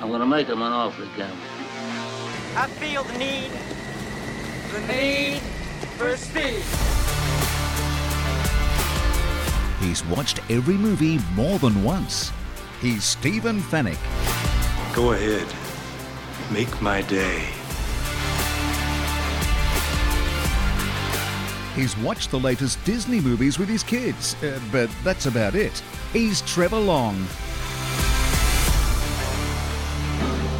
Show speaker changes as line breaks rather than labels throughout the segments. I'm gonna make him an offer again.
I feel the need, the need for speed.
He's watched every movie more than once. He's Stephen Fennick.
Go ahead. Make my day.
He's watched the latest Disney movies with his kids, uh, but that's about it. He's Trevor Long.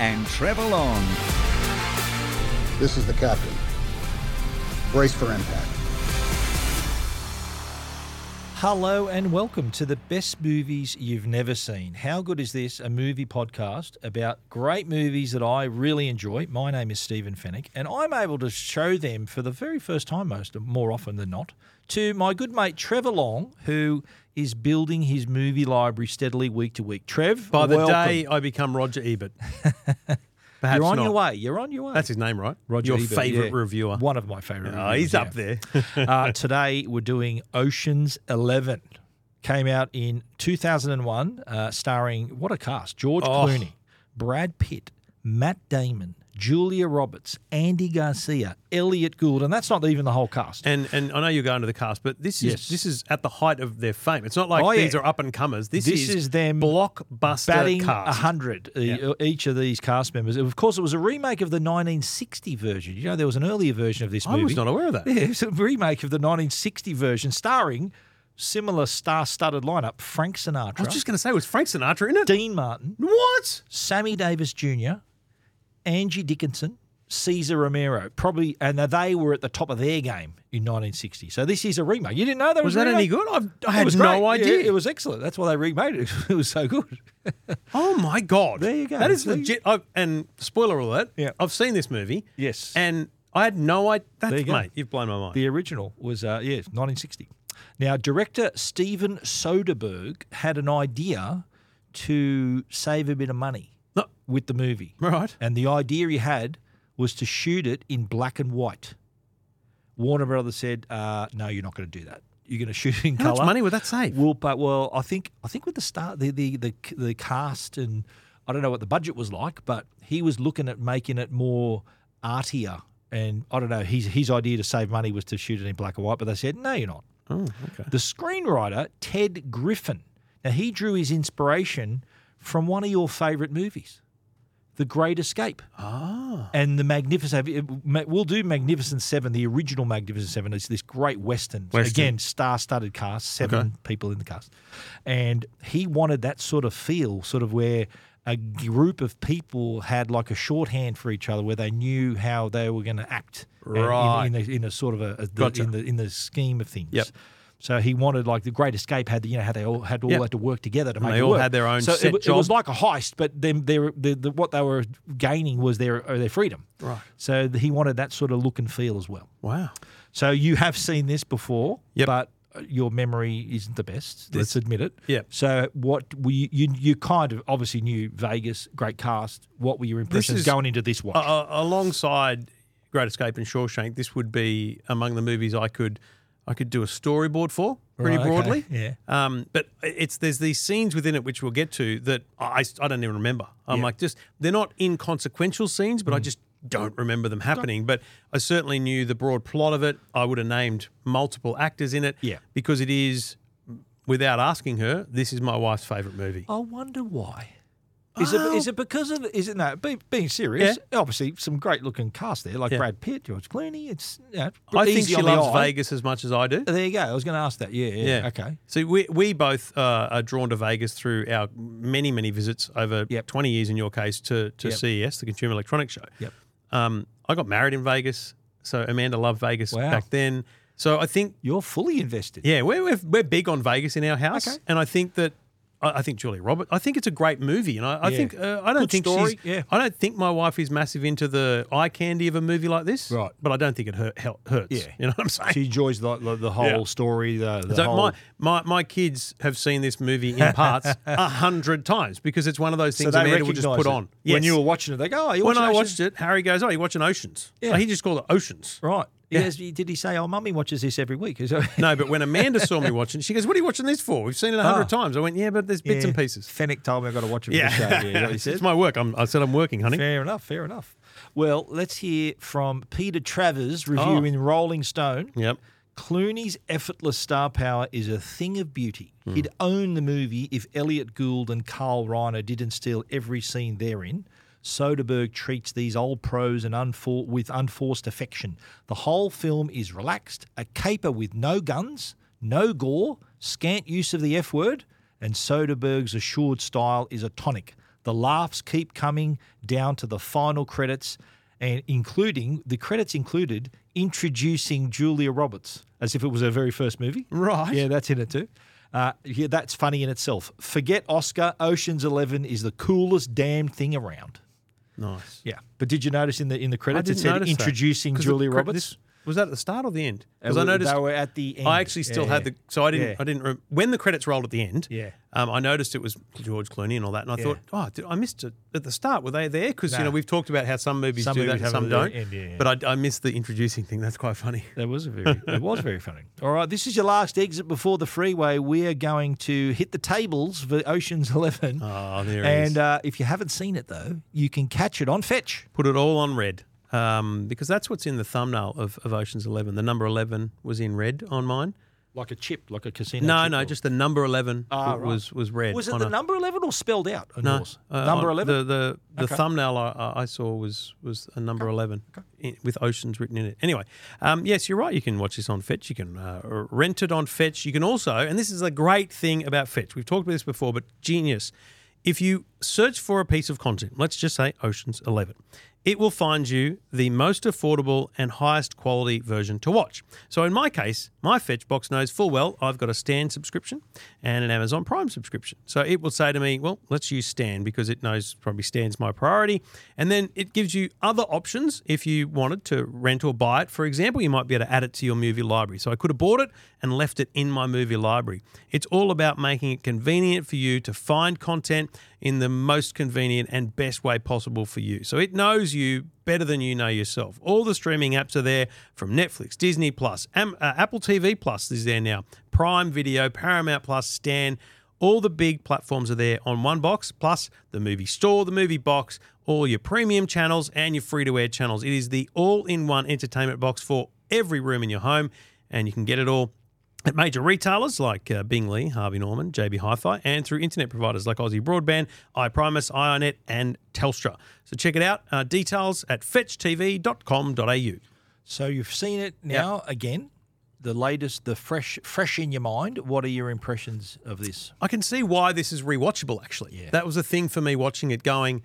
and Trevor Long.
This is the captain. Brace for impact.
Hello and welcome to the best movies you've never seen. How good is this? A movie podcast about great movies that I really enjoy. My name is Stephen Fennick, and I'm able to show them for the very first time, most more often than not, to my good mate Trevor Long, who is building his movie library steadily week to week. Trev,
By the
welcome.
day I become Roger Ebert. Perhaps
you're on
not.
your way. You're on your way.
That's his name, right?
Roger
Your
Ebert,
favourite
yeah.
reviewer.
One of my favorite.
Oh, he's up there.
uh, today we're doing Ocean's Eleven. Came out in 2001, uh, starring what a cast: George
Oh.
Clooney, Brad Pitt, Matt Damon, Julia Roberts, Andy Garcia, Elliot Gould, and that's not even the whole cast.
And and I know you're going to the cast, but this is
Yes.
this is at the height of their fame. It's not like
Oh, yeah.
these are up and comers. This,
This is them
blockbuster
batting
cast.
100 e- each of these cast members. Of course, it was a remake of the 1960 version. You know, there was an earlier version of this
I
movie.
was not aware of that.
Yeah, it's a remake of the 1960 version starring similar star-studded lineup: Frank Sinatra,
I was just going to say, was Frank Sinatra in it?
Dean Martin,
what?
Sammy Davis Jr., Angie Dickinson, Cesar Romero, probably, and they were at the top of their game in 1960. So this is a remake. You didn't know Oh, that was,
Was
a
that
remake?
any good? I've, I
It
had
was
no
great.
idea.
Yeah, it was excellent. That's why they remade it. It was so good.
Oh my god!
There you go.
That is
See?
legit. I've, and spoiler alert.
Yeah.
I've seen this movie.
Yes.
And I had no idea. That's,
There you go.
Mate, you've blown my mind.
The original was, uh, yeah, 1960. Now, director Steven Soderbergh had an idea to save a bit of money
No.
with the movie.
Right.
And the idea he had was to shoot it in black and white. Warner Brothers said, uh, no, you're not going to do that. You're going to shoot it in
How
colour.
much money would that save?
Well, but well, I think I think with the start, the the the, the cast and I don't know what the budget was like, but he was looking at making it more artier. And I don't know, his his idea to save money was to shoot it in black and white, but they said no, you're not.
oh, okay.
The screenwriter Ted Griffin. Now he drew his inspiration from one of your favourite movies, The Great Escape,
Ah.
and the Magnificent. We'll do Magnificent Seven, the original Magnificent Seven. It's this great western.
Western.
Again, star-studded cast, seven
Okay.
people in the cast, and he wanted that sort of feel, sort of where. A group of people had like a shorthand for each other, where they knew how they were going to act and in-
Right.
in, a, in a sort of a, a the-
Gotcha.
in the in the scheme of things.
Yep.
So he wanted like the Great Escape had the, you know how they all had all
Yep.
had to work together to
And
make
they
it
all
work.
had their own
So it,
set
w- it was
job.
like a heist, but then they were, the, the, what they were gaining was their uh, their freedom.
Right.
So he wanted that sort of look and feel as well.
Wow.
So you have seen this before,
Yep.
but uh, your memory isn't the best.
This-
let's admit it.
Yep.
So what were you, you you kind of obviously knew Vegas, great cast. What were your impressions
is-
going into this watch?
Uh, alongside Great Escape and Shawshank, this would be among the movies I could I could do a storyboard for pretty
Right, okay.
broadly.
Yeah.
Um, but it's there's these scenes within it which we'll get to that I, I don't even remember.
Yeah.
I'm
Hmm.
like just they're not inconsequential scenes, but I just don't remember them happening. But I certainly knew the broad plot of it. I would have named multiple actors in it.
Yeah.
Because it is without asking her, this is my wife's favorite movie.
I wonder why. Is it
Oh.
is it because of is it no be, being serious? Obviously, some great looking cast there like
Yeah.
Brad Pitt, George Clooney. It's you know,
I think
easy
she
on the
loves
eye.
Vegas as much as I do.
There you go. I was going to ask that. Yeah, yeah. Okay.
So we we both uh, are drawn to Vegas through our many many visits over
Yep.
twenty years in your case to to
Yep.
CES, the Consumer Electronics Show.
Yep.
Um, I got married in Vegas, so Amanda loved Vegas
Wow.
back then. So I think
You're fully invested.
yeah, we're we're, we're big on Vegas in our house,
Okay.
and I think that. I I think Julia Roberts. I think it's a great movie, and I, I
Yeah.
think uh, I don't
Good
think
story,
she's.
yeah.
I don't think my wife is massive into the eye candy of a movie like this,
Right.
But I don't think it hurt, hel- hurts.
Yeah.
you know what I'm saying.
She enjoys the the, the whole
Yeah.
story. The, the
So
whole,
my, my my kids have seen this movie in parts a hundred times because it's one of those
so
things
they
Amanda will just
recognise
put
it.
on.
When
Yes.
you were watching it, they go, "Oh, you
when I
watching
watched it, Harry goes, "Oh, you're watching Oceans."
Yeah.
Oh, he just called it Oceans.
Right. Yes, did he say, "Oh, mummy watches this every week"? Is that-
No, but when Amanda saw me watching, she goes, "What are you watching this for? We've seen it a hundred
Ah.
times." I went, "Yeah, but there's bits
Yeah.
and pieces."
Fennec told me I got to watch it.
Yeah,
Yeah, show. yeah is that what he said.
it's my work. I'm, I said I'm working, honey.
fair enough. Fair enough. Well, let's hear from Peter Travers
Oh.
reviewing Rolling Stone.
Yep.
Clooney's effortless star power is a thing of beauty.
Hmm.
He'd own the movie if Elliot Gould and Carl Reiner didn't steal every scene therein. Soderbergh treats these old pros and unfor- with unforced affection. The whole film is relaxed, a caper with no guns, no gore, scant use of the F word, and Soderbergh's assured style is a tonic. The laughs keep coming down to the final credits, and including the credits included introducing Julia Roberts as if it was her very first movie.
Right.
Yeah, that's in it too. Uh, yeah, that's funny in itself. Forget Oscar. Ocean's Eleven is the coolest damn thing around.
Nice.
Yeah, but did you notice in the in the
I
credits it
didn't
said
notice that.
introducing
'Cause the
Julia
cre-
Roberts?
this- was that at the start or the end?
Uh,
Because I
we-
noticed
they were at the end.
I actually still
Yeah,
had
yeah.
the. So I didn't.
Yeah.
I didn't. Re- when the credits rolled at the end.
Yeah.
Um, I noticed it was George Clooney and all that, and I
Yeah.
thought, oh, did, I missed it at the start. Were they there? Because
Nah.
you know we've talked about how some movies
Some
do
movies
that,
have
and some
it at
don't.
the end, yeah, yeah.
But I, I missed the introducing thing. That's quite funny.
That was a very that was very funny. All right, this is your last exit before the freeway. We are going to hit the tables for Ocean's Eleven.
Oh, there it
and
is.
uh, if you haven't seen it though, you can catch it on Fetch.
Put it all on red. Um, because that's what's in the thumbnail of, of Ocean's Eleven. The number eleven was in red on mine.
Like a chip, like a casino.
No,
chip
no,
or-
just the number eleven
Ah,
w-
right.
was was red.
was it
on
the
a-
number eleven or spelled out on yours?
uh,
number
on-
eleven.
The the, the
Okay.
thumbnail I- I, I saw was was a number eleven i- with oceans written in it. Anyway, um, yes, you're right. You can watch this on Fetch. You can uh, rent it on Fetch. You can also, and this is a great thing about Fetch. We've talked about this before, but genius. If you search for a piece of content, let's just say Oceans Eleven, it will find you the most affordable and highest quality version to watch. So in my case, my Fetch box knows full well I've got a Stan subscription and an Amazon Prime subscription. So it will say to me, well, let's use Stan because it knows probably Stan's my priority. And then it gives you other options if you wanted to rent or buy it. For example, you might be able to add it to your movie library. So I could have bought it and left it in my movie library. It's all about making it convenient for you to find content in the most convenient and best way possible for you. So it knows you better than you know yourself. All the streaming apps are there from Netflix, Disney Plus, Am- uh, Apple TV Plus is there now, Prime Video, Paramount Plus, Stan. All the big platforms are there on one box, plus the movie store, the movie box, all your premium channels, and your free to air channels. It is the all in one entertainment box for every room in your home, and you can get it all at major retailers like uh, Bingley, Harvey Norman, JB Hi-Fi, and through internet providers like Aussie Broadband, iPrimus, IONET, E and Telstra. So check it out. Uh, details at fetchtv.com.au.
so you've seen it now again. The latest, the fresh, fresh in your mind. What are your impressions of this?
I can see why this is rewatchable. Actually, that was the thing for me watching it. Going,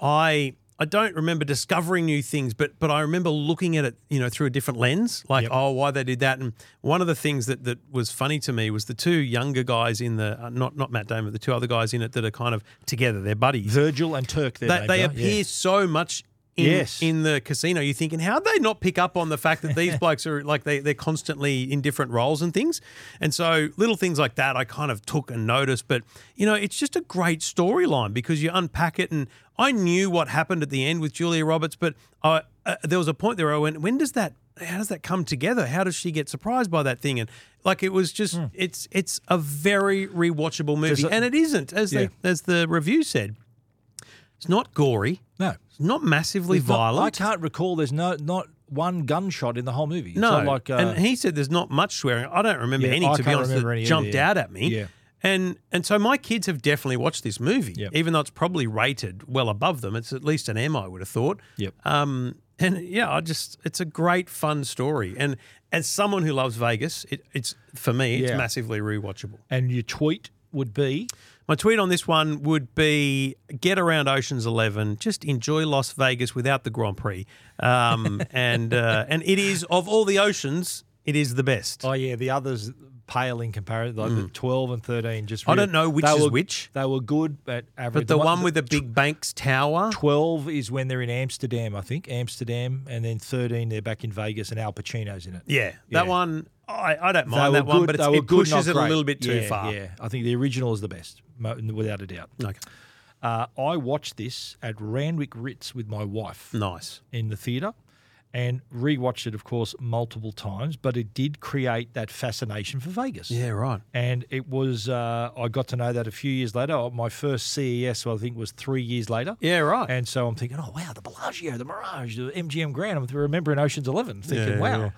I I don't remember discovering new things, but but I remember looking at it, you know, through a different lens. Like, oh, why they did that. And one of the things that that was funny to me was the two younger guys in the uh, not not Matt Damon, but the two other guys in it that are kind of together. They're buddies.
Virgil and Turk. Their
They,
names
they
are, yeah.
appear so much. In,
Yes.
in the casino, you're thinking, how'd they not pick up on the fact that these blokes are like they, they're constantly in different roles and things? And so little things like that I kind of took and noticed. But, you know, it's just a great storyline because you unpack it. And I knew what happened at the end with Julia Roberts, but I, uh, there was a point there where I went, when does that, how does that come together? How does she get surprised by that thing? And like it was just, it's it's a very rewatchable movie.
Hmm. a-
and it isn't, as,
Yeah.
they, as the review said. It's not gory.
No,
It's not massively
There's not- I
violent.
can't recall. There's no not one gunshot in the whole movie.
no,
so like uh,
and he said there's not much swearing. I don't remember
Yeah,
any.
I
to be
can't
honest,
remember
that
any either,
jumped
yeah.
out at me.
Yeah.
And and so my kids have definitely watched this movie,
Yep.
even though it's probably rated well above them. It's at least an M, I would have thought.
Yep.
Um, and yeah, I just it's a great fun story. And as someone who loves Vegas, it, it's for me, it's
Yeah.
massively rewatchable.
And your tweet would be
My tweet on this one would be get around Ocean's Eleven, just enjoy Las Vegas without the Grand Prix. Um, and uh, and it is of all the oceans, it is the best.
Oh yeah, the others pale in comparison. Like the twelve and thirteen, just
Mm. I
really-
don't know which
they
is
were-
which.
They were good, but average.
but the, one, with the big banks tower.
twelve is when they're in Amsterdam, I think Amsterdam, and then thirteen they're back in Vegas, and Al Pacino's in it.
Yeah, that
Yeah.
one. I, I don't
They
mind
were
that one,
good-
but it's,
they were
it
good,
pushes
not
it a
great.
little bit too
Yeah,
far.
Yeah, I think the original is the best, mo- without a doubt.
Okay,
Uh, I watched this at Randwick Ritz with my wife.
nice.
in the theatre and rewatched it, of course, multiple times, but it did create that fascination for Vegas.
Yeah, right.
And it was, uh, I got to know that a few years later. Oh, My first CES, I think, was three years later.
Yeah, right.
And so I'm thinking, oh, wow, the Bellagio, the Mirage, the MGM Grand. I'm remembering Ocean's Eleven, thinking,
Yeah,
wow.
yeah.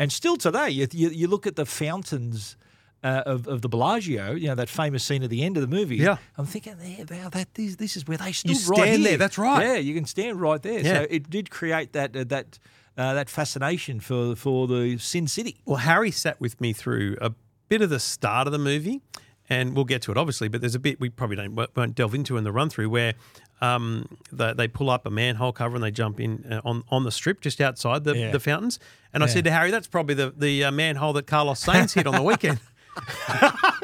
And still today, you, you, you look at the fountains. Uh, of, of the Bellagio, you know that famous scene at the end of the movie.
Yeah.
I'm thinking, yeah, wow, that this, this is where they stood right
stand there,
here."
that's right.
Yeah, you can stand right there.
Yeah.
So it did create that uh, that uh, that fascination for for the Sin City.
Well, Harry sat with me through a bit of the start of the movie, and we'll get to it obviously. But there's a bit we probably don't won't- won't delve into in the run through where um, they, they pull up a manhole cover and they jump in uh, on on the strip just outside the,
Yeah.
the fountains. And I said to Harry, "That's probably the the uh, manhole that Carlos Sainz hit on the weekend."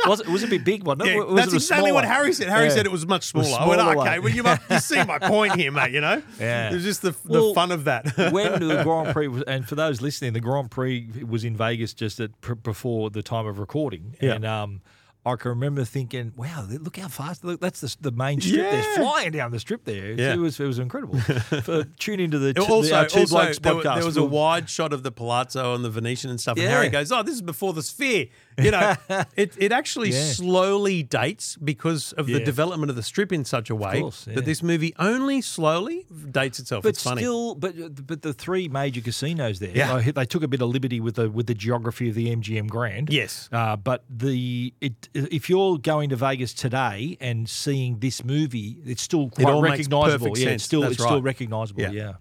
Was it was a bit big, wasn't it?
Yeah,
Was it
that's
a
exactly what
smaller?
Harry said. Harry
Yeah.
said it was much smaller.
was
I went,
smaller
okay,
one."
well, you, must, you see my point here, mate, you know?
Yeah.
It was just the, the
Well,
fun of that.
when the Grand Prix was, and for those listening, the Grand Prix was in Vegas just at pr- before the time of recording,
Yeah.
and um, I can remember thinking, "Wow, look how fast! Look, that's the, the main strip.
Yeah.
They're flying down the strip there.
Yeah.
It was it was incredible." For, tune into the,
It
t-
also,
the Our two
also,
blokes
there,
podcast.
were- there was a
We'll-
wide shot of the Palazzo and the Venetian and stuff. And
Yeah.
Harry goes, "Oh, this is before the Sphere." You know, it, it actually
Yeah.
slowly dates because of the
Yeah.
development of the strip in such a way
course, yeah.
that this movie only slowly dates itself.
but
it's funny.
still, but but the three major casinos there,
Yeah.
I hit- they took a bit of liberty with the with the geography of the MGM Grand.
Yes.
uh, but the it, if you're going to Vegas today and seeing this movie, it's still quite
all makes
recognizable.
perfect
yeah,
sense.
it's still
That's
it's still
right.
recognizable.
Yeah.
Yeah.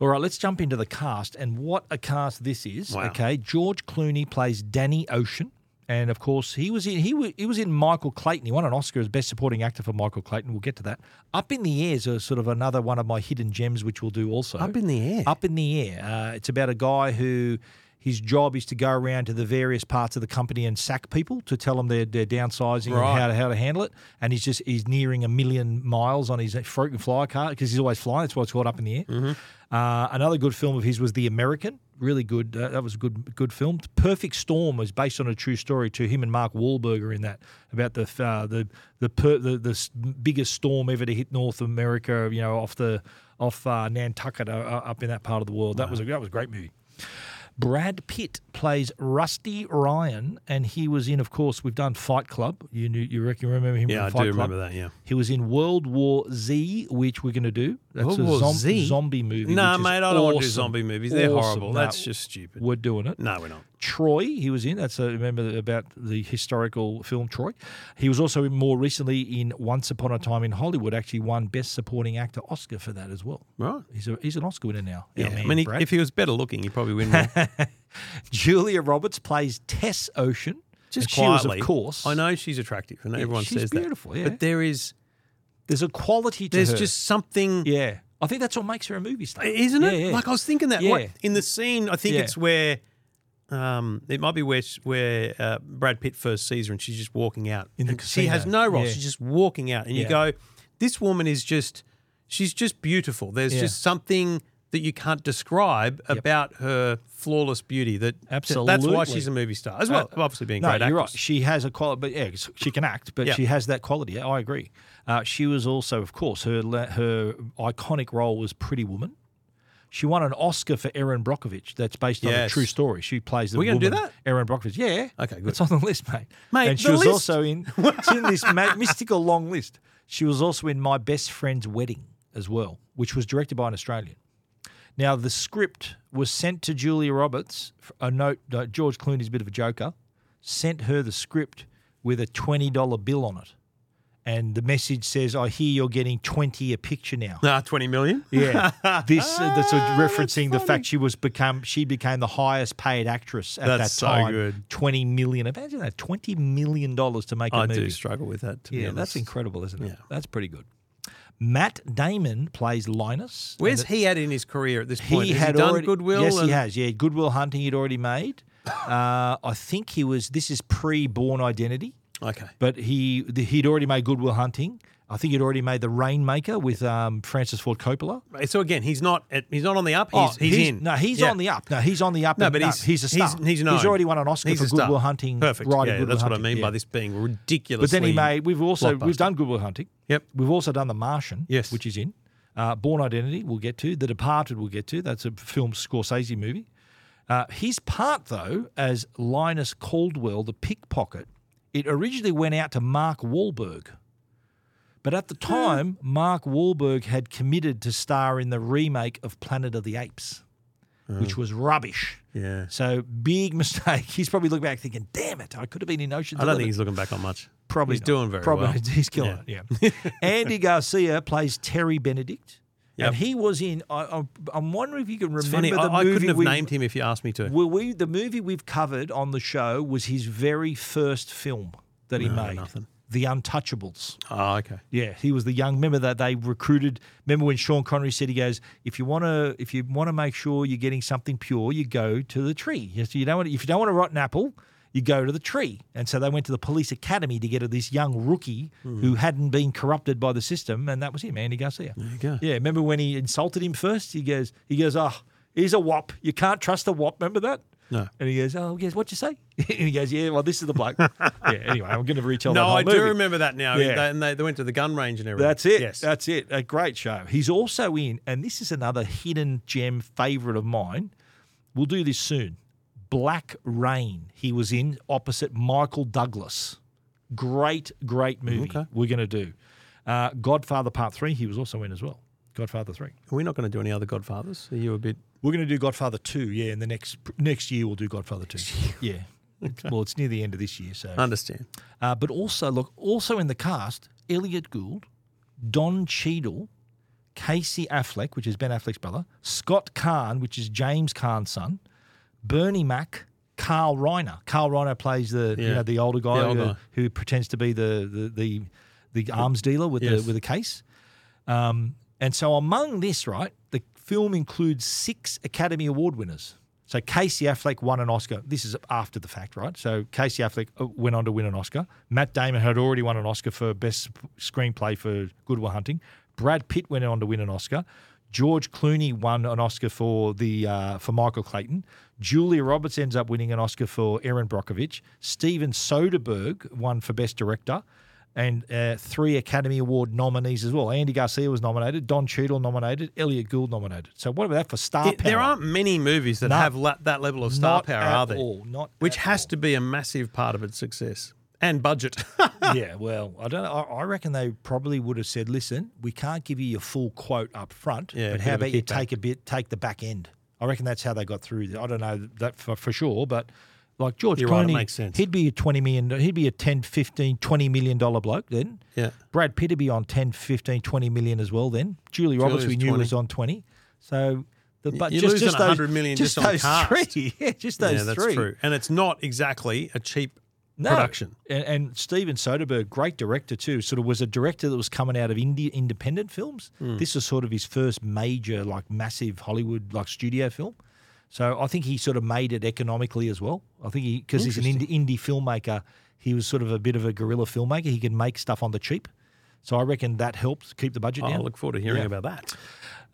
All right, let's jump into the cast and what a cast this is.
Wow.
Okay, George Clooney plays Danny Ocean. And of course, he was in he was, he was in Michael Clayton. He won an Oscar as Best Supporting Actor for Michael Clayton. We'll get to that. Up in the Air is a sort of another one of my hidden gems, which we'll do also.
Up in the Air?
Up in the Air. Uh, it's about a guy who his job is to go around to the various parts of the company and sack people to tell them they're, they're downsizing
Right.
and how to, how to handle it. And he's just he's nearing a million miles on his frequent flyer car because he's always flying. That's why it's called Up in the Air. Uh, another good film of his was The American. Really good. Uh, that was a good good film. Perfect Storm was based on a true story to him and Mark Wahlberg are in that about the uh, the the, per, the the s- biggest storm ever to hit North America. You know, off the off uh, Nantucket, uh, uh, up in that part of the world. That was a, that was a great movie. Brad Pitt plays Rusty Ryan, and he was in, of course, we've done Fight Club. You knew, you reckon you remember him?
Yeah,
from
I
Fight
do
Club?
remember that, yeah.
he was in World War Z, which we're going to do. That's
World
a
War
zom-
Z?
zombie movie.
Nah,
which is
mate, I don't wanna do
awesome.
zombie movies. They're
Awesome.
horrible.
Nah,
That's just stupid.
We're doing it.
no, we're not.
Troy, he was in. That's a, remember the- about the historical film Troy. He was also in, more recently in Once Upon a Time in Hollywood. Actually, won Best Supporting Actor Oscar for that as well.
Right.
He's a, he's an Oscar winner now.
Yeah,
our
I
man,
mean, he,
Brad.
if he was better looking, he'd probably win more.
Julia Roberts plays Tess Ocean.
Just
And she was,
quietly,
of course.
I know she's attractive, and everyone
she's
says
beautiful,
that.
yeah.
But there is,
There's a quality to
there's
her.
just something.
yeah. I think that's what makes her a movie star,
isn't it?
Yeah, yeah.
Like I was thinking that what-
Yeah.
in the scene. I think
Yeah.
it's where um, it might be where sh- where uh, Brad Pitt first sees her, and she's just walking out.
In the
and she has
casino.
no role.
Yeah.
She's just walking out, and you
Yeah.
go, "This woman is just. She's just beautiful. There's
Yeah.
just something." That you can't describe about her flawless beauty. That that's why
Absolutely.
she's a movie star as well.
Uh,
obviously, being a
no,
great
you're right.
actress.
She has a quality, but yeah, 'cause she can act, but
Yeah.
she has that quality. I agree. Uh, she was also, of course, her la- her iconic role was Pretty Woman. She won an Oscar for Erin Brockovich. That's based on a
Yes.
true story. She plays the
We gonna
woman,
do that?
Erin Brockovich. Yeah.
Okay, good.
It's on the list, mate.
Mate,
and she
the
was
list.
also in. It's in this ma- mystical long list. She was also in My Best Friend's Wedding as well, which was directed by an Australian. Now, the script was sent to Julia Roberts. A note, uh, George Clooney's a bit of a joker, sent her the script with a $20 bill on it. And the message says, I hear you're getting 20 a picture now.
Ah, 20 million? Ah,
Yeah, this uh, that's a referencing the fact she was become she became the highest paid actress at
That's
that
so
time.
good.
Twenty million. Imagine that. Twenty million dollars to make a
I
movie.
do struggle with that, to be
yeah,
honest.
that's incredible, isn't it?
Yeah.
That's pretty good. Matt Damon plays Linus.
Where's
And
he at in his career at this
it-
point? Has
had
done
already,
Goodwill?
Yes,
and-
he has. Yeah, Goodwill Hunting he'd already made. Uh, I think he was. This is pre-born identity,
Okay.
but he the, he'd already made Goodwill Hunting. I think he'd already made The Rainmaker with um, Francis Ford Coppola.
So again, he's not at, he's not on the up. He's,
Oh,
he's, in.
No, he's
Yeah.
on the up. No, he's on the up.
No,
and
but
up.
he's
he's a star.
He's, he's, known.
already won an Oscar
He's
for
a star.
Goodwill Hunting.
Perfect.
Right,
yeah,
Goodwill
that's what I
Hunting,
mean
yeah.
by this being
But
ridiculous.
then he made. We've also we've
blockbuster.
done Goodwill Hunting.
Yep.
We've also done The Martian.
Yes.
which is in. Uh, Born Identity, we'll get to. The Departed, we'll get to. That's a film Scorsese movie. Uh, his part, though, as Linus Caldwell, the pickpocket, it originally went out to Mark Wahlberg. But at the time, Mark Wahlberg had committed to star in the remake of Planet of the Apes, which was rubbish.
Yeah.
So big mistake. He's probably looking back thinking, "Damn it, I could have been in Ocean's."
I don't
Eleven."
think he's looking back on much.
probably
he's
not.
doing very
probably,
well.
He's killing it. Yeah. Andy Garcia plays Terry Benedict,
Yep.
and he was in. I, I, I'm wondering if you can
It's
remember
funny.
the
I, I
movie.
couldn't have
we,
named him if you asked me to.
Were we the movie we've covered on the show was his very first film that he made,
nothing.
The Untouchables.
Oh, okay.
Yeah, he was the young. Remember that they recruited. Remember when Sean Connery said he goes, if you want to, if you want to make sure you're getting something pure, you go to the tree. Yes, you don't want. If you don't want a rotten apple, you go to the tree. And so they went to the police academy to get this young rookie
Hmm.
who hadn't been corrupted by the system, and that was him, Andy Garcia. There you
go.
Yeah, remember when he insulted him first? He goes, he goes, oh, he's a wop. You can't trust a wop. Remember that?
No.
And he goes, oh, yes, what'd you say? and he goes, yeah, well, this is the bloke. yeah. Anyway, I'm going to retell. that
No,
whole
I do
movie.
remember that now.
Yeah.
They, and they, they went to the gun range and everything.
That's it.
Yes.
That's it. A great show. He's also in, and this is another hidden gem favorite of mine. We'll do this soon. Black Rain. He was in opposite Michael Douglas. Great, great movie. We're going to do. Uh, Godfather Part Three. He was also in as well. Godfather Three.
Are we not going to do any other Godfathers? Are you a bit?
We're going to do Godfather Two. Yeah, in the next next year we'll do Godfather Two. Yeah. It's- Well, it's near the end of this year, so
Understand.
uh, but also, look, also in the cast, Elliot Gould, Don Cheadle, Casey Affleck, which is Ben Affleck's brother, Scott Kahn, which is James Kahn's son, Bernie Mac, Carl Reiner. Carl Reiner plays the you
Yeah.
know the older guy,
The old
who,
guy.
who pretends to be the the the, the arms dealer with
Yes.
the with the case. Um, and so among this, right, the film includes six Academy Award winners. So Casey Affleck won an Oscar. This is after the fact, right? So Casey Affleck uh, went on to win an Oscar. Matt Damon had already won an Oscar for Best Screenplay for Goodwill Hunting. Brad Pitt went on to win an Oscar. George Clooney won an Oscar for the uh, for Michael Clayton. Julia Roberts ends up winning an Oscar for Aaron Brockovich. Steven Soderbergh won for Best Director and uh, three Academy Award nominees as well. Andy Garcia was nominated, Don Cheadle nominated, Elliot Gould nominated. So what about that for star
It-
power?
there aren't many movies that
No.
have la- that level of star
Not
power,
at
are there?
all. Not
Which
at
has
all.
to be a massive part of its success and budget.
yeah, well, I don't. know. I I reckon they probably would have said, "Listen, we can't give you your full quote up front,
Yeah,
but
a
how
bit of a
about you
kickback."
take a bit, take the back end?" I reckon that's how they got through. I don't know that for, for sure, but like George
You're right, it
Clooney,
makes sense.
he'd be a twenty million, he'd be a 10, 15, 20 million dollar bloke then.
Yeah.
Brad Pitt would be on 10, 15, 20 million as well then. Julie Roberts,
Julia's
we knew
20.
was on twenty. So, the, but
you're
just
losing
just
100
those,
million
just,
just on
those
cast.
three, yeah, just those
yeah, that's
three
true. And it's not exactly a cheap
no.
production.
And, and Steven Soderbergh, great director too, sort of was a director that was coming out of indie independent films. This was sort of his first major, like massive Hollywood like studio film. So I think he sort of made it economically as well. I think he because he's an indie, indie filmmaker, he was sort of a bit of a guerrilla filmmaker. He could make stuff on the cheap. So I reckon that helps keep the budget
I
down.
look forward to hearing
Yeah.
about that.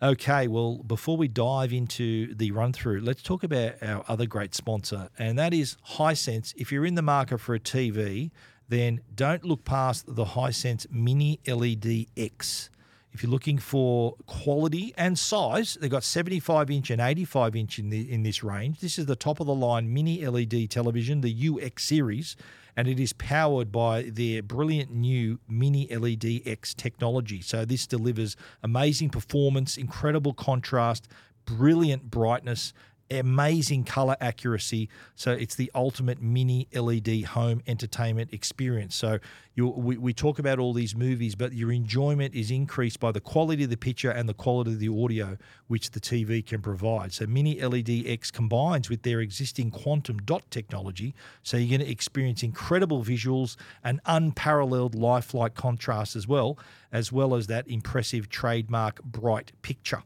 Okay, well, before we dive into the run through, let's talk about our other great sponsor, and that is Hisense. If you're in the market for a TV, then don't look past the Hisense Mini LED X. If you're looking for quality and size, they've got 75 inch and 85 inch in, the, in this range. This is the top of the line mini LED television, the UX series, and it is powered by their brilliant new mini LED X technology. So this delivers amazing performance, incredible contrast, brilliant brightness, amazing color accuracy. So it's the ultimate mini LED home entertainment experience. So you, we, we talk about all these movies, but your enjoyment is increased by the quality of the picture and the quality of the audio, which the TV can provide. So Mini LED X combines with their existing quantum dot technology. So you're going to experience incredible visuals and unparalleled lifelike contrast as well, as well as that impressive trademark bright picture.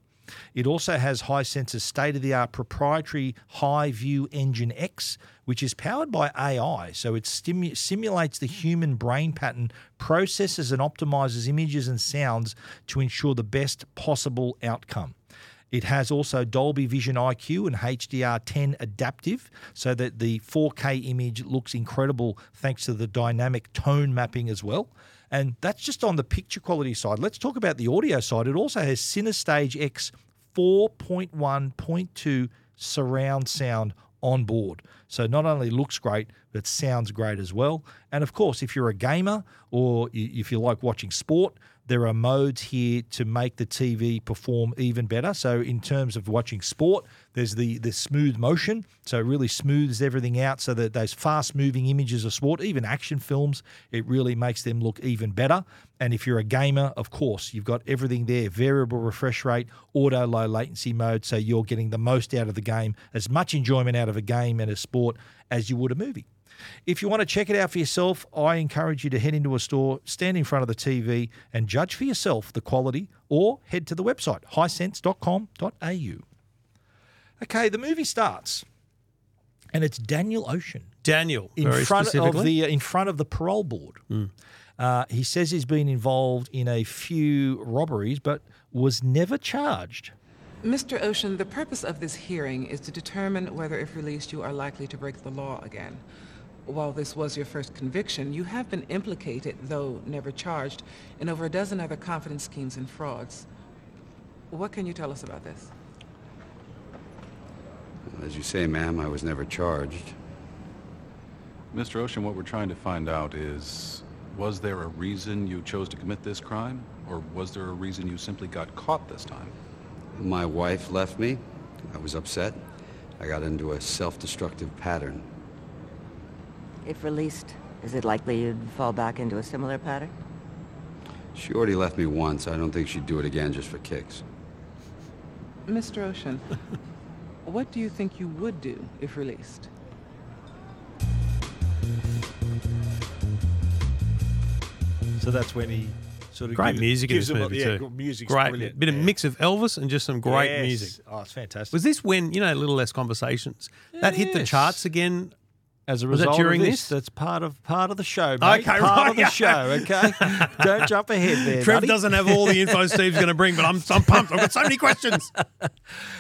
It also has Hisense's state of the art proprietary High View Engine X, which is powered by AI. So it stimu- simulates the human brain pattern, processes and optimizes images and sounds to ensure the best possible outcome. It has also Dolby Vision IQ and HDR10 adaptive so that the 4K image looks incredible thanks to the dynamic tone mapping as well. And that's just on the picture quality side. Let's talk about the audio side. It also has CineStage X 4.1.2 surround sound on board. So not only looks great, but sounds great as well. And of course, if you're a gamer or you- if you like watching sport, there are modes here to make the TV perform even better. So in terms of watching sport, there's the the smooth motion, so it really smooths everything out so that those fast moving images of sport, even action films, it really makes them look even better. And if you're a gamer, of course, you've got everything there, variable refresh rate, auto low latency mode, so you're getting the most out of the game, as much enjoyment out of a game and a sport as you would a movie. If you want to check it out for yourself, I encourage you to head into a store, stand in front of the TV, and judge for yourself the quality, or head to the website, hisense.com.au. Okay, the movie starts, and it's Daniel Ocean
Daniel,
in
very
front of
specifically. Hmm.
the uh, in front of the parole board. Uh, he says he's been involved in a few robberies, but was never charged.
Mr. Ocean, the purpose of this hearing is to determine whether, if released, you are likely to break the law again. While this was your first conviction, you have been implicated, though never charged, in over a dozen other confidence schemes and frauds. What can you tell us about this?
As you say, ma'am, I was never charged.
Mr. Ocean, what we're trying to find out is was there a reason you chose to commit this crime, or was there a reason you simply got caught this time?
My wife left me. I was upset. I got into a self destructive pattern.
If released, is it likely you'd fall back into a similar pattern?
She already left me once. I don't think she'd do it again just for kicks.
Mr. Ocean, what do you think you would do if released?
So that's when he sort of
Great
gives-
music in
gives
this
him a-
movie
yeah,
too.
music's
great
brilliant.
bit of mix of Elvis and just some great
Yes.
music.
Oh, it's fantastic.
Was this when you know a little less conversations that hit the
Yes.
charts again?
As a
was that
result
during
of
this?
this, that's part of part of the show, mate.
Okay,
part
right,
of the
yeah.
show. Okay, don't jump ahead there.
Trev
buddy.
doesn't have all the info Steve's going to bring, but I'm, I'm pumped. I've got so many questions.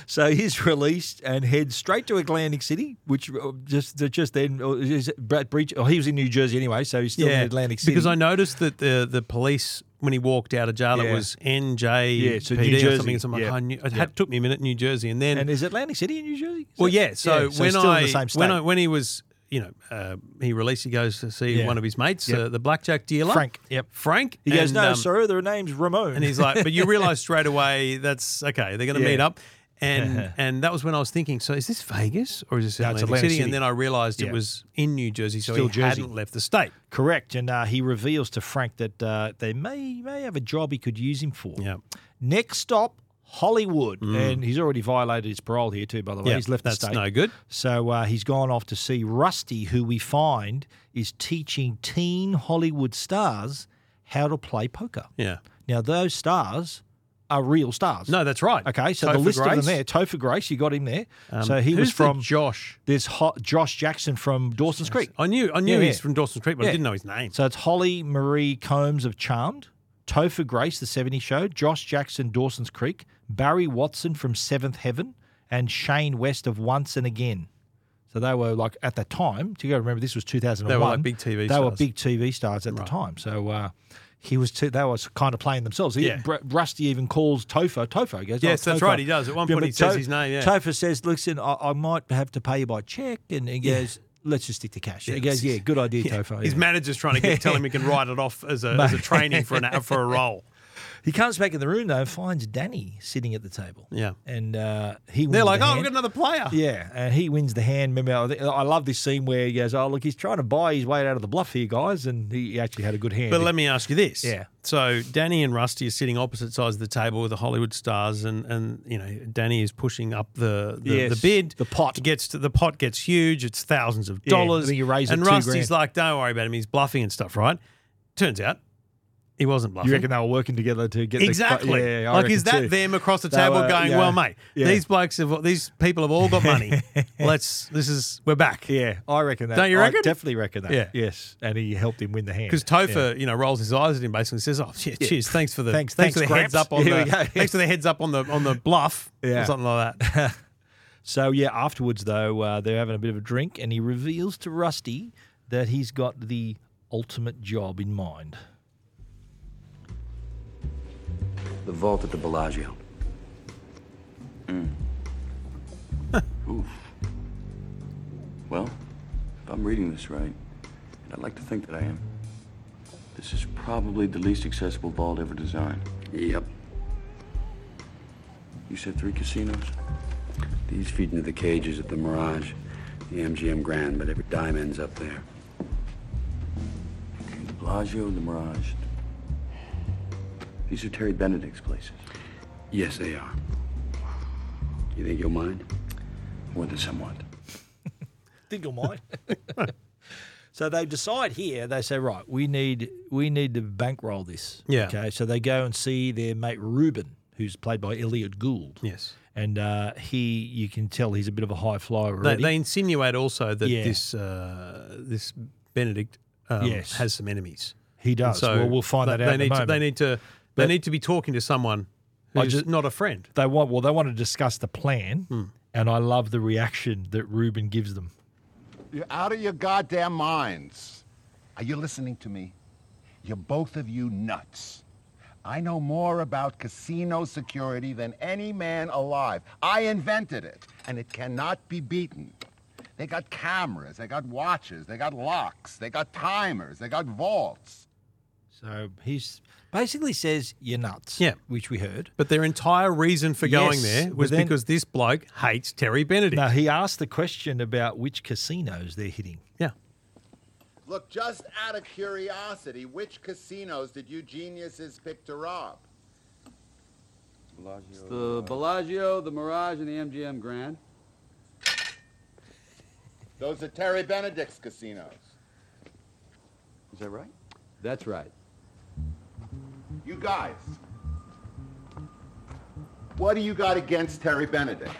So he's released and heads straight to Atlantic City, which uh, just just then uh, is it Brad Breach. Oh, he was in New Jersey anyway, so he's still in Atlantic City.
Because I noticed that the the police when he walked out of jail
Yeah.
it was NJ
Yeah, so New
or
Jersey,
something. So I'm like,
yeah.
oh, New- it
Yeah.
had, took me a minute, New Jersey, and then
and is Atlantic City in New Jersey? Is
well,
it-
yeah. So,
it's
when
still
I
in the same state.
when I when he was you know uh, he released he goes to see
Yeah.
one of his mates
Yep.
uh, the blackjack dealer
Frank, yep.
Frank
he goes,
and,
no,
um,
sir, their name's Ramon,
and he's like, but you realise straight away that's okay. They're going to
Yeah.
meet up. And
Uh-huh.
and that was when I was thinking, so is this Vegas or is this
No, it's
Atlantic,
Atlantic
City?
City.
And then I realised
Yeah.
it was in New Jersey, so
Still
he
Jersey.
hadn't left the state.
Correct. And uh, he reveals to Frank that uh, they may may have a job he could use him for.
Yeah.
Next stop, Hollywood.
Mm.
And he's already violated his parole here too, by the way.
Yeah,
he's left
that's
the state.
no good.
So uh, he's gone off to see Rusty, who we find is teaching teen Hollywood stars how to play poker.
Yeah.
Now those stars are real stars.
No, that's right.
Okay, so the
Topher
list of them
Grace.
there, Topher Grace, you got him there.
Um,
so he
who's
was
the
from
Josh.
There's hot Josh Jackson from Dawson's Creek.
I knew I knew
Yeah,
he's
yeah.
from Dawson's Creek, but
Yeah.
I didn't know his name.
So it's Holly Marie Combs of Charmed, Topher Grace, The 70 Show, Josh Jackson, Dawson's Creek, Barry Watson from Seventh Heaven, and Shane West of Once and Again. So they were like at the time. To go remember, this was two thousand and one.
like big TV
They were
stars.
big TV stars at the time. So uh, he was. Too, they were kind of playing themselves. He-
Yeah.
Br- Rusty even calls Topher. Topher He goes.
Yes,
"Oh,
that's
Topher."
right, he does. At one point
but
he says his name, yeah.
Topher says, "Listen, I, I might have to pay you by check," and he
Yeah.
goes. Let's just stick to cash.
Yeah.
He goes, yeah, good idea,
Yeah.
Topher.
His
yeah."
manager's trying to get, tell him he can write it off as a, as a
Mate.
training for an for a role.
He comes back in the room though and finds Danny sitting at the table.
Yeah.
and uh, he wins
They're like,
the
oh,
hand.
we've got another player.
Yeah, and he wins the hand. Remember, I think- I love this scene where he goes, "Oh, look, he's trying to buy his way out of the bluff here, guys," and he actually had a good hand.
But let me ask you this.
Yeah.
So Danny and Rusty are sitting opposite sides of the table with the Hollywood stars, and and you know Danny is pushing up the the,
Yes,
the bid.
the pot.
It gets to, the pot gets huge. It's thousands of
Yeah, I
dollars.
think you raise it
and
two
Rusty's
grand.
like, don't worry about him. He's bluffing and stuff, right? Turns out he wasn't bluffing.
You reckon they were working together to get
Exactly.
The, yeah, yeah, I
like, is
reckon
that
too.
them across the
They
table
were-
going,
yeah,
"Well, mate,
yeah.
these blokes have, these people have all got money. Let's, this is, we're back."
Yeah, I reckon that.
Don't you reckon?
I definitely reckon that.
Yeah.
Yes, and he helped him win the hand
Because
Yeah.
Topher, you know, rolls his eyes at him basically and says, "Oh, yeah,
Yeah.
cheers, thanks for the
Thanks-
thanks,
thanks,
for the heads
Gramps.
up on
Here we
the
go.
thanks for the heads up on the on the bluff
Yeah.
or something like that."
So yeah, afterwards though, uh, they're having a bit of a drink, and he reveals to Rusty that he's got the ultimate job in mind.
The vault at the Bellagio.
Oof. Well, if I'm reading this right, and I'd like to think that I am, this is probably the least accessible vault ever designed.
Yep.
You said three casinos?
These feed into the cages at the Mirage, the MGM Grand, but every dime ends up there.
The Bellagio and the Mirage. These are Terry Benedict's places.
Yes, they are. You think you'll mind?
More than somewhat.
Think you'll mind. so they decide here. They say, right, we need we need to bankroll this.
Yeah.
Okay. So they go and see their mate Ruben, who's played by Elliot Gould.
Yes.
And uh, he, you can tell he's a bit of a high flyer
They,
already.
they insinuate also that
Yeah.
this uh, this Benedict um,
Yes.
has some enemies.
He does. Well, we'll find
they,
that out
They
in a
need to, they
moment.
need to they
But-
need to be talking to someone
I
who's
just-
not a friend. Hmm.
They want well, they want to discuss the plan, and I love the reaction that Ruben gives them.
You're out of your goddamn minds. Are you listening to me? You're both of you nuts. I know more about casino security than any man alive. I invented it, and it cannot be beaten. They got cameras, they got watches, they got locks, they got timers, they got vaults.
So he's basically says you're nuts.
Yeah.
which we heard.
But their entire reason for going
Yes,
there
but
was
then-
because this bloke hates Terry Benedict.
Now he asked the question about which casinos they're hitting.
Yeah.
Look, just out of curiosity, which casinos did you geniuses pick to rob?
It's the Bellagio, the Mirage, and the MGM Grand.
Those are Terry Benedict's casinos.
Is that right? That's right.
You guys, what do you got against Terry Benedict?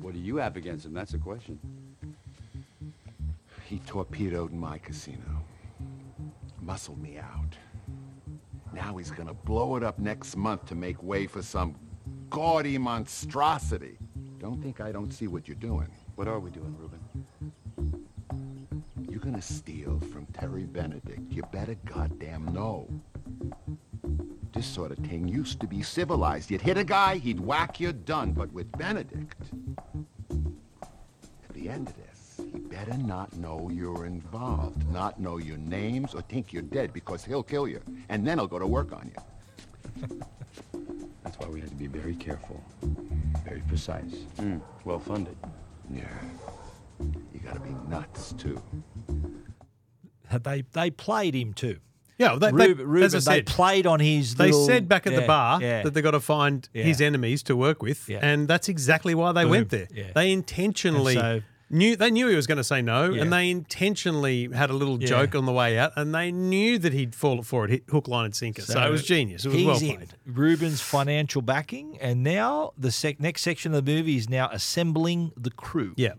What do you have against him? That's the question.
He torpedoed my casino. Muscled me out. Now he's gonna blow it up next month to make way for some gaudy monstrosity. Don't think I don't see what you're doing.
What are we doing, Ruben?
You're gonna steal from Terry Benedict. You better goddamn know. This sort of thing used to be civilized. You'd hit a guy, he'd whack you, done. But with Benedict, at the end of this, he better not know you're involved, not know your names, or think you're dead because he'll kill you. And then he'll go to work on you.
That's why we had to be very careful, very precise. well funded.
Yeah. You gotta be nuts, too.
They they played him too.
Yeah, they,
Ruben,
they,
Ruben,
as I
they
said,
played on his.
They
little-
said back at the
yeah,
bar
yeah.
that they got to find
Yeah.
his enemies to work with,
Yeah.
and that's exactly why they went
Boom.
there.
Yeah.
They intentionally
And so-
knew they knew he was going to say no,
Yeah.
and they intentionally had a little
Yeah.
joke on the way out, and they knew that he'd fall for it, hit hook, line, and sinker. So, it was genius. It was
he's
well
in.
played.
Ruben's financial backing, and now the sec- next section of the movie is now assembling the crew.
Yeah,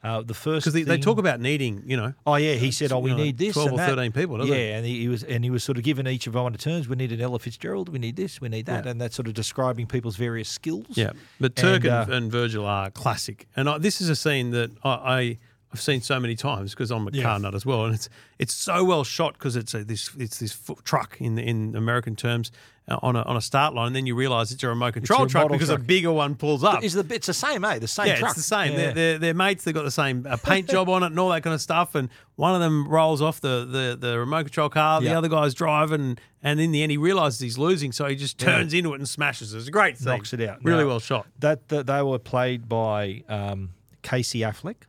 Uh, the first
because they, they
thing-
talk about needing, you know.
Oh yeah, he said, "Oh, we
you know,
need this."
Twelve
and
or
that.
thirteen people, don't
yeah,
they?
and he, he was and he was sort of giving each of them on a turns. We need an Ella Fitzgerald. We need this. We need that,
Yeah.
and that's sort of describing people's various skills.
Yeah, but Turk and,
uh,
and Virgil are classic, and I, this is a scene that I, I I've seen so many times because I'm a
Yeah.
car nut as well, and it's it's so well shot because it's a, this it's this fu- truck in in American terms uh, on a on a start line, and then you realise it's a remote control
your
truck
model
because a
truck.
bigger one pulls up.
Is the it's the same, eh? The same
yeah,
truck.
it's the same.
Yeah.
They're, they're, they're mates. They've got the same uh, paint job on it and all that kind of stuff. And one of them rolls off the, the, the remote control car.
Yeah.
The other guy's driving. And in the end, he realizes he's losing. So he just turns into it and smashes it. It's a great thing.
knocks it out.
Really
Now,
well shot.
That, that they were played by um, Casey Affleck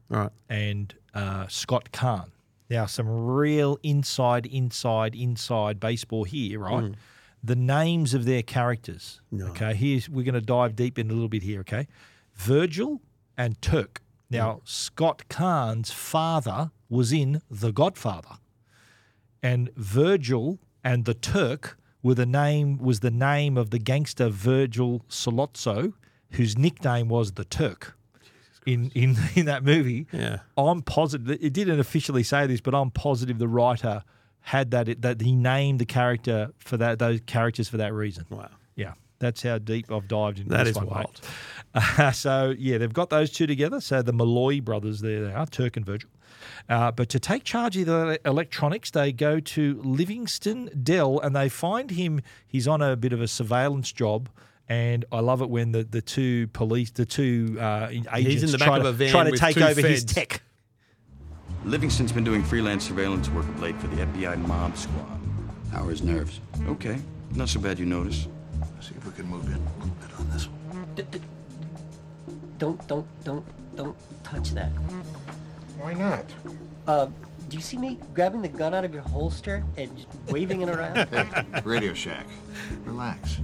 and uh, Scott Kahn. Now, some real inside, inside, inside baseball here, right?
Mm.
The names of their characters. Okay, here's we're going to dive deep in a little bit here. Okay, Virgil and Turk. Now, Scott Kahn's father was in The Godfather and Virgil and the Turk were the name was the name of the gangster Virgil Solozzo, whose nickname was the Turk. In, in in that movie,
yeah,
I'm positive it didn't officially say this, but I'm positive the writer had that that he named the character for that those characters for that reason.
Wow,
yeah, that's how deep I've dived into
That
this
is
one, mate.
wild.
Uh, so yeah, they've got those two together. So the Malloy brothers, there they are, Turk and Virgil. Uh, but to take charge of the electronics, they go to Livingston Dell and they find him. He's on a bit of a surveillance job. And I love it when the, the two police, the two uh, agents
in the back
try,
of
to,
a van
try to
with
take
two
over his
feds.
tech.
Livingston's been doing freelance surveillance work of late for the FBI mob squad.
How are his nerves?
Okay, not so bad you notice.
See if we can move in a little bit on this one.
Don't, don't, don't, don't touch that.
Why not?
Uh, do you see me grabbing the gun out of your holster and just waving it around?
Radio Shack. Relax.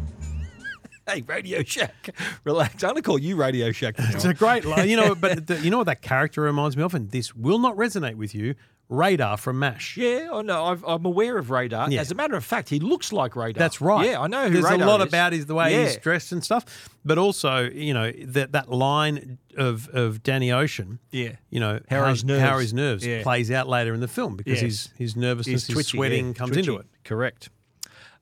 Hey, Radio Shack, relax. I'm gonna call you Radio Shack. from now
It's a
on.
great line. You know, but the, you know what that character reminds me of? And this will not resonate with you Radar from MASH.
Yeah, I know. I've, I'm aware of Radar.
Yeah.
As a matter of fact, he looks like Radar.
That's right.
Yeah, I know who
There's
Radar
a lot
is.
about his the way
yeah.
he's dressed and stuff, but also you know that that line of of Danny Ocean.
Yeah.
You know
How are his nerves?
how his nerves
Yeah.
plays out later in the film because
Yes.
his his nervousness, his
twitchy,
sweating
yeah,
comes
twitchy.
into it.
Correct.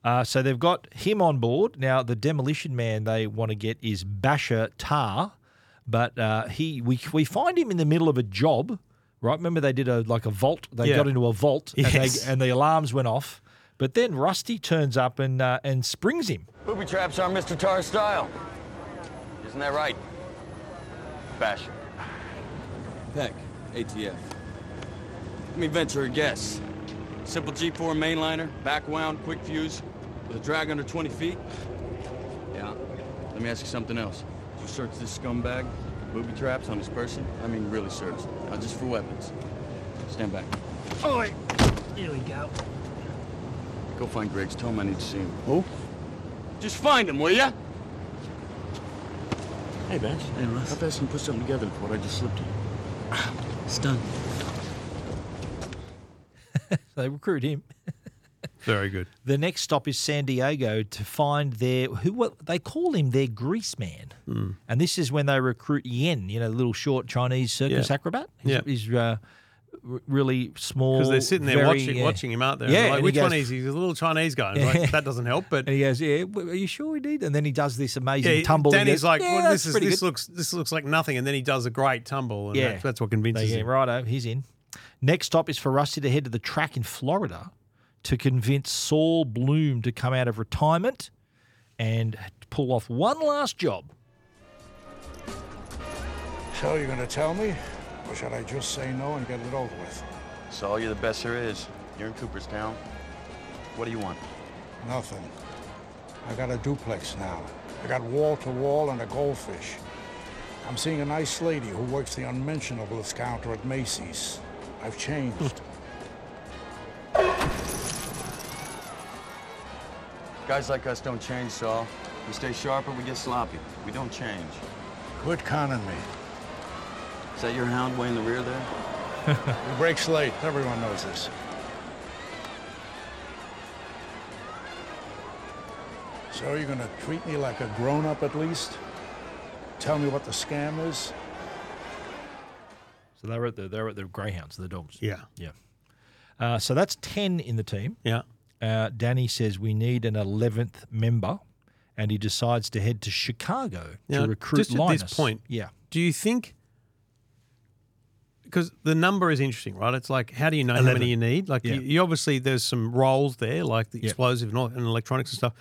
Uh, so they've got him on board. Now, the demolition man they want to get is Basher Tar, but uh, he we, we find him in the middle of a job, right? Remember they did a like a vault. They
Yeah.
got into a vault
Yes.
and, they, and the alarms went off. But then Rusty turns up and uh, and springs him.
Booby traps are Mr. Tar's style. Isn't that right? Basher.
Peck, ATF. Let me venture a guess. Simple G4 mainliner, back wound, quick fuse, with a drag under 20 feet. Yeah. Let me ask you something else. Did you search this scumbag? Booby traps on his person? I mean, really search. Not just for weapons. Stand back.
Oi! Here we go.
Go find Griggs. Tell him I need to see him. Who? Just find him, will ya?
Hey, Bash. Hey, Russ. How fast can you put something together with what I just slipped you? It's done.
They recruit him.
Very good.
The next stop is San Diego to find their who what they call him their grease man,
Hmm.
and this is when they recruit Yen, you know, the little short Chinese circus
Yeah.
acrobat. He's,
Yeah.
he's uh, r- really small.
Because they're sitting there
very,
watching,
yeah.
watching him, aren't they?
Yeah,
Like,
and he
which
goes-
one is he? He's a little Chinese guy. And
Yeah.
like, that doesn't help, but
And he goes, "Yeah, w- are you sure we did?" And then he does this amazing
Yeah,
tumble. and
Danny's
goes,
like,
"Yeah,
well, this
that's
is
pretty
this
good."
looks this looks like nothing, and then he does a great tumble, and
Yeah.
that- that's what
They
convinces
get
him.
righto, he's in. Next stop is for Rusty to head to the track in Florida to convince Saul Bloom to come out of retirement and pull off one last job.
So you're gonna tell me? Or should I just say no and get it over with?
Saul, you're the best there is. You're in Cooperstown. What do you want?
Nothing. I got a duplex now. I got wall to wall and a goldfish. I'm seeing a nice lady who works the unmentionables counter at Macy's. I've changed.
Guys like us don't change, Saul. We stay sharp or we get sloppy. We don't change.
Quit conning me.
Is that your hound way in the rear there?
It breaks late. Everyone knows this. So you're gonna treat me like a grown-up at least? Tell me what the scam is?
So they were at the they were at the Greyhounds, the dogs.
Yeah.
yeah. Uh, so that's ten in the team.
Yeah.
Uh, Danny says we need an eleventh member, and he decides to head to Chicago
Now,
to recruit
just at
Linus.
this point,
yeah.
Do you think? because the number is interesting, right? It's like, how do you know how
11.
many you need? Like,
Yeah.
you, you obviously there's some roles there, like the
Yeah.
explosive and, all, and electronics and stuff.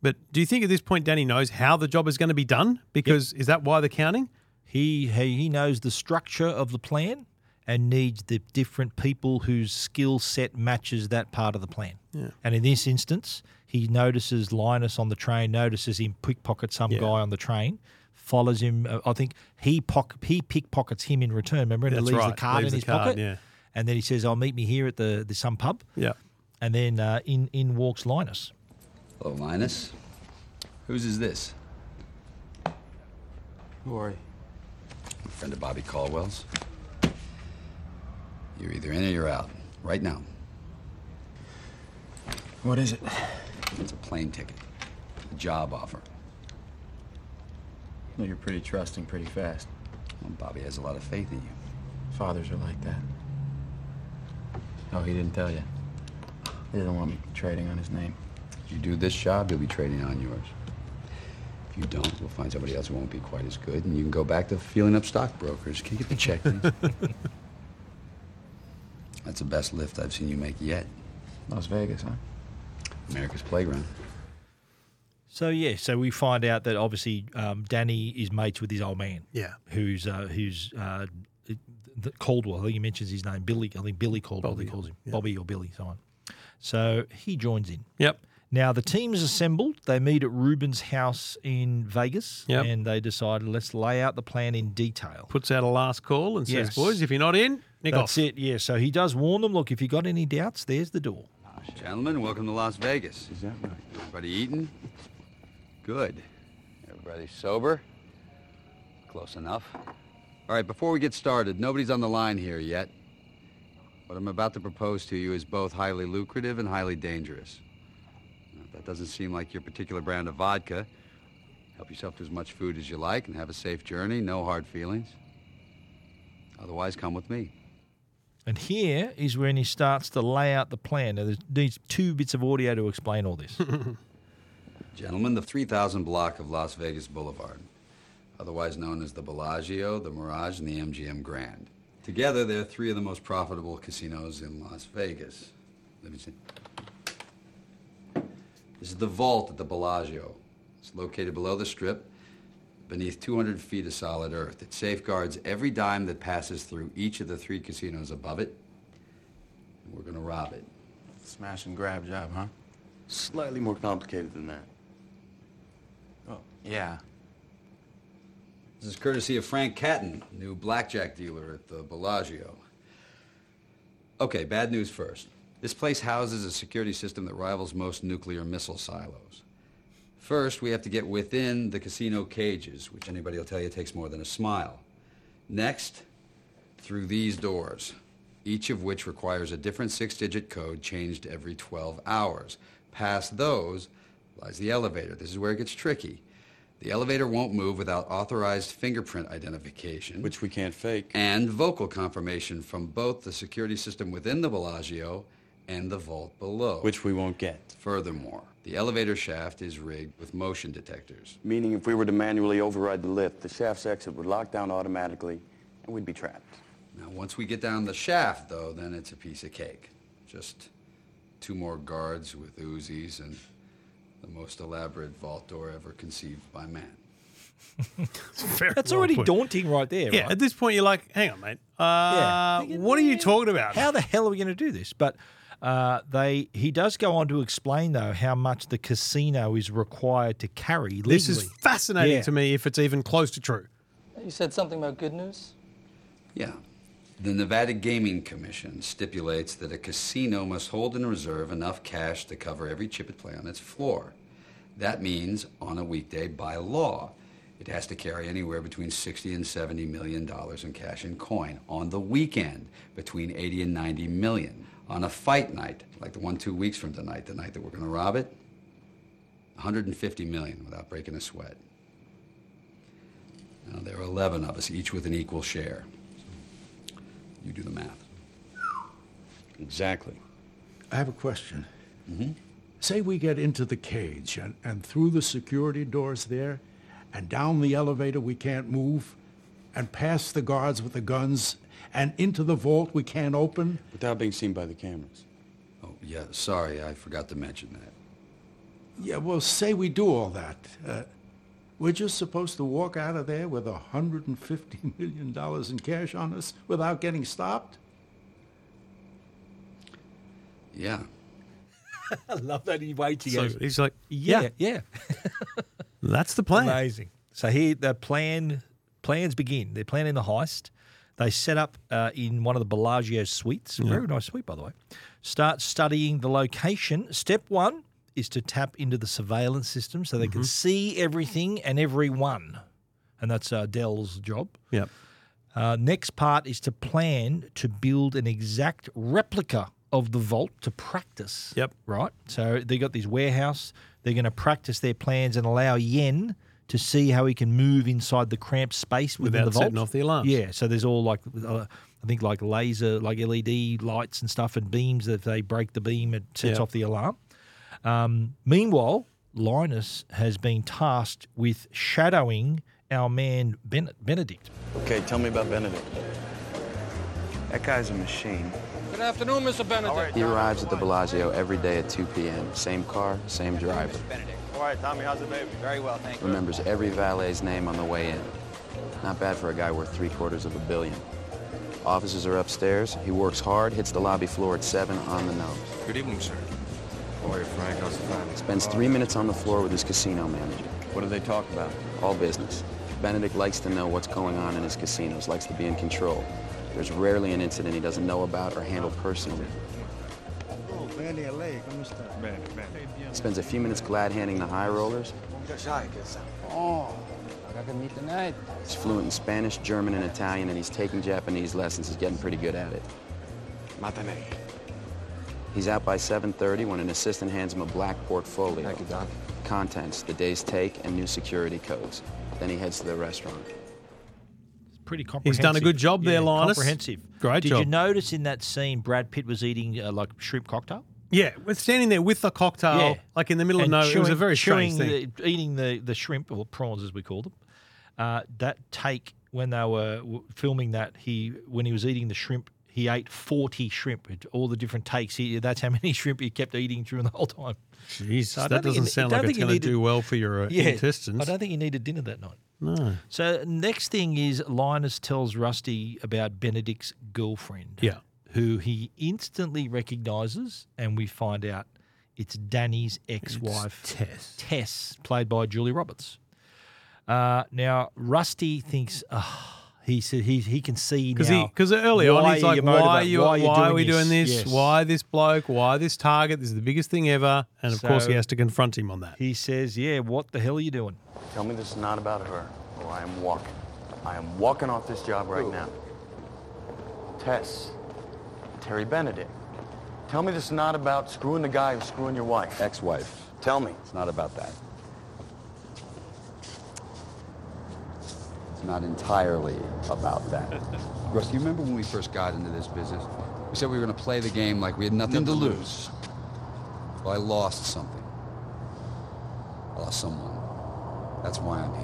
But do you think at this point Danny knows how the job is going to be done? Because is that why they're counting?
He he, he knows the structure of the plan and needs the different people whose skill set matches that part of the plan.
Yeah.
And in this instance, he notices Linus on the train, notices him pickpocket some
Yeah.
guy on the train, follows him. uh, I think he pock, he pickpockets him in return. Remember, and he
That's
leaves
right,
the card
leaves
in his
the card,
pocket.
yeah.
And then he says, "I'll meet me here at the, the some pub."
Yeah.
And then uh, in in walks Linus.
Hello, Linus. Oh, Whose is this?
Who are you?
Friend of Bobby Caldwell's. You're either in or you're out. Right now.
What is it?
It's a plane ticket. A job offer.
No, you're pretty trusting pretty fast.
Well, Bobby has a lot of faith in you.
Fathers are like that. Oh, he didn't tell you. He doesn't want me trading on his name.
If you do this job, you'll be trading on yours. If you don't, we'll find somebody else who won't be quite as good, and you can go back to feeling up stockbrokers. Can you get the check, please? That's the best lift I've seen you make yet.
Las Vegas, huh?
America's playground.
So yeah, so we find out that obviously um, Danny is mates with his old man.
Yeah.
who's uh, who's uh, th- th- Caldwell. I think he mentions his name, Billy. I think Billy Caldwell. he calls him Bobby or Billy, someone. So he joins in.
Yep.
Now the team is assembled. They meet at Ruben's house in Vegas,
Yep.
and they decide let's lay out the plan in detail.
Puts out a last call and
Yes.
says, boys, if you're not in, nick
That's
off.
it. Yeah. So he does warn them. Look, if you got any doubts, there's the door.
Gentlemen, welcome to Las Vegas. Is that right? Everybody eating? Good. Everybody sober? Close enough. All right, before we get started, nobody's on the line here yet. What I'm about to propose to you is both highly lucrative and highly dangerous. Now, if that doesn't seem like your particular brand of vodka, help yourself to as much food as you like and have a safe journey, no hard feelings. Otherwise, come with me.
And here is when he starts to lay out the plan. Now, there needs two bits of audio to explain all this.
Gentlemen, the 3000 block of Las Vegas Boulevard, otherwise known as the Bellagio, the Mirage, and the MGM Grand. Together, they're three of the most profitable casinos in Las Vegas. Let me see. This is the vault at the Bellagio. It's located below the strip, beneath 200 feet of solid earth. It safeguards every dime that passes through each of the three casinos above it. And we're going to rob it.
Smash and grab job, huh? Slightly more complicated than that. Oh, yeah.
This is courtesy of Frank Catton, new blackjack dealer at the Bellagio. Okay, bad news first. This place houses a security system that rivals most nuclear missile silos. First, we have to get within the casino cages, which anybody will tell you takes more than a smile. Next, through these doors, each of which requires a different six digit code changed every 12 hours. Past those lies the elevator. This is where it gets tricky. The elevator won't move without authorized fingerprint identification. Which
we can't fake.
And vocal confirmation from both the security system within the Bellagio and the vault below.
Which we won't get.
Furthermore, the elevator shaft is rigged with motion detectors.
Meaning if we were to manually override the lift, the shaft's exit would lock down automatically, and we'd be trapped.
Now, once we get down the shaft, though, then it's a piece of cake. Just two more guards with Uzis and the most elaborate vault door ever conceived by man.
That's
well
already
put.
daunting right there.
Yeah,
right?
at this point, you're like, hang on, mate. Uh,
Yeah. Thinking,
What are you talking about?
How the hell are we going to do this? But uh, they he does go on to explain though how much the casino is required to carry legally.
This is fascinating to me if it's even close to true.
You said something about good news?
Yeah. The Nevada Gaming Commission stipulates that a casino must hold in reserve enough cash to cover every chip it play on its floor. That means, on a weekday, by law, it has to carry anywhere between 60 and 70 million dollars in cash and coin. On the weekend, between 80 and 90 million. On a fight night, like the one two weeks from tonight, the night that we're going to rob it, 150 million without breaking a sweat. Now, there are 11 of us, each with an equal share. You do the math. Exactly.
I have a question. Mm-hmm. Say we get into the cage and, and through the security doors there, and down the elevator we can't move, and past the guards with the guns, and into the vault we can't open?
Without being seen by the cameras.
Oh, yeah, sorry, I forgot to mention that.
Yeah, well, say we do all that. Uh, we're just supposed to walk out of there with $150 million in cash on us without getting stopped?
Yeah.
I love that he waits. He
So
goes,
he's like, yeah.
yeah.
That's the plan.
Amazing. So here the plan plans begin. They're planning the heist. They set up uh, in one of the Bellagio suites.
Yeah.
Very nice suite, by the way. Start studying the location. Step one is to tap into the surveillance system so they can
Mhm.
see everything and everyone. And that's uh, Dell's job.
Yep.
Uh, next part is to plan to build an exact replica of the vault to practice. Yep. Right. So they got this warehouse. They're going to practice their plans and allow Yen to see how he can move inside the cramped space within
Without
the vault.
setting off the alarms.
Yeah. So there's all like, uh, I think like laser, like LED lights and stuff and beams. That if they break the beam, it sets
Yep.
off the alarm. Um, meanwhile, Linus has been tasked with shadowing our man ben- Benedict.
Okay, tell me about Benedict. That guy's a machine.
Good afternoon, Mr. Benedict.
He arrives at the Bellagio every day at 2 p.m. Same car, same driver.
Benedict. All right, Tommy, how's the baby? Very well, thank you.
Remembers every valet's name on the way in. Not bad for a guy worth three quarters of a billion. Offices are upstairs. He works hard, hits the lobby floor at 7 on the nose.
Good evening, sir. How are you, Frank? How's the family?
Spends three minutes on the floor with his casino manager. What do they talk about? All business. Benedict likes to know what's going on in his casinos, likes to be in control. There's rarely an incident he doesn't know about or handle personally.
Oh, Benny, LA, come
Bene,
Spends a few minutes glad handing the high rollers.
Oh, I got to meet tonight.
He's fluent in Spanish, German, and Italian, and he's taking Japanese lessons. He's getting pretty good at it.
Matane.
He's out by 7.30 when an assistant hands him a black portfolio. Contents, the day's take, and new security codes. Then he heads to the restaurant.
pretty comprehensive.
He's done a good job there,
Yeah,
Linus.
Comprehensive.
Great
Did
job.
you notice in that scene Brad Pitt was eating uh, like shrimp cocktail?
Yeah, we're standing there with the cocktail,
Yeah.
like in the middle
And
of nowhere. it was a
chewing-
very strange
chewing
thing.
The, eating the, the shrimp, or prawns as we call them. Uh, that take when they were w- filming that, he when he was eating the shrimp, he ate forty shrimp. It- All the different takes. He, that's how many shrimp he kept eating during the whole time.
Jeez,
I don't
that
think he-
doesn't sound
don't
like it's
think he
going to
needed-
do well for your uh,
Yeah,
intestines.
I don't think he needed dinner that night.
No.
So next thing is Linus tells Rusty about Benedict's girlfriend.
Yeah.
Who he instantly recognizes, and we find out it's Danny's ex-wife,
Tess.
Tess, played by Julie Roberts. Uh, now Rusty thinks, oh, he said he he can see
Because
now
because early on
why
he's like,
you're
why are
motivated,
you, why, are we doing this?
Yes.
Why this bloke? Why this target? This is the biggest thing ever. And of course,
So-
he has to confront him on that.
He says, yeah, what the hell are you doing?
Tell me this is not about her, or I am walking. I am walking off this job right now.
Tess. Terry Benedict. Tell me this is not about screwing the guy who's screwing your wife.
Ex-wife.
Tell me.
It's not about that. It's not entirely about that. Russ, you remember when we first got into this business? We said we were going to play the game like we had nothing to lose. Well, I lost something. I lost someone. That's why I'm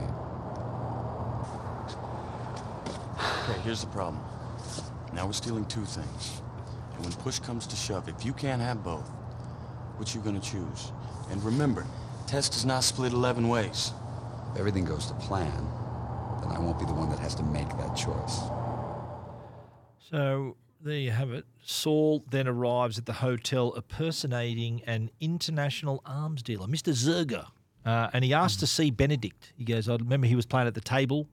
here.
Okay, here's the problem. Now we're stealing two things. And when push comes to shove, if you can't have both, what you gonna choose? And remember, Tess does not split 11 ways.
If everything goes to plan, then I won't be the one that has to make that choice.
So there you have it. Saul then arrives at the hotel impersonating an international arms dealer, Mr. Zerger. Uh, and he asks to see Benedict. He goes, I remember he was playing at the table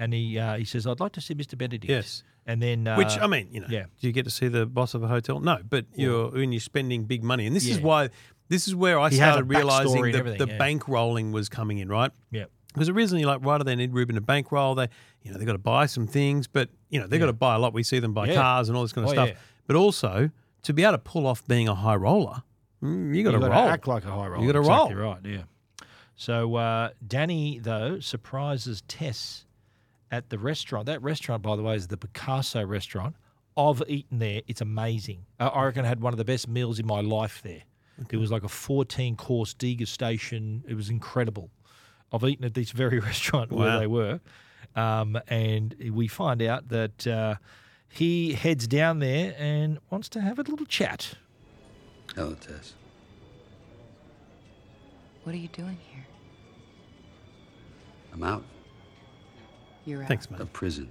and he uh, he says, I'd like to see Mr. Benedict.
Yes.
And then. Uh,
Which I mean, you know,
Yeah.
do you get to see the boss of a hotel? No, but you're when you're spending big money, and this is
Yeah.
why this is where I
He has a
started
backstory
realizing
and
that
everything,
the
yeah.
bank rolling was coming in, right?
Yeah.
Because originally, like, why do they need Ruben to bankroll? They, you know, they got to buy some things, but you know, they got
Yeah.
to buy a lot. We see them buy
Yeah.
cars and all this kind of
Oh,
stuff.
yeah.
But also to be able to pull off being a high roller, mm, you got to
gotta
roll.
act like a high roller.
You got to
exactly
roll.
right, yeah. So uh, Danny, though, surprises Tess at the restaurant. That restaurant, by the way, is the Picasso restaurant. I've eaten there. It's amazing. I, I reckon I had one of the best meals in my life there. It was like a 14 course degustation. It was incredible. I've eaten at this very restaurant where
Wow.
they were. Um, and we find out that uh, He heads down there and wants to have a little chat.
Hello, Tess.
What are you doing here?
I'm out.
You're out.
Of prison.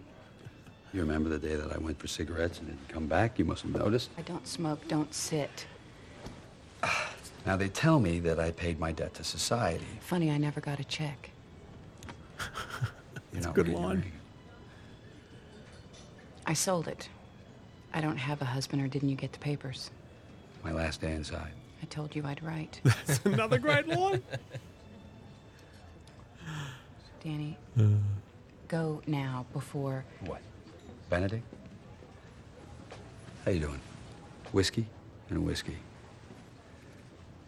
You remember the day that I went for cigarettes and didn't come back? You must have noticed.
I don't smoke, don't sit.
Now they tell me that I paid my debt to society.
Funny, I never got a check.
You know,
good
you're-
line.
I sold it. I don't have a husband, or didn't you get the papers?
My last day inside.
I told you I'd write.
That's another great line.
Danny, go now before.
What? Benedict? How you doing? Whiskey and whiskey.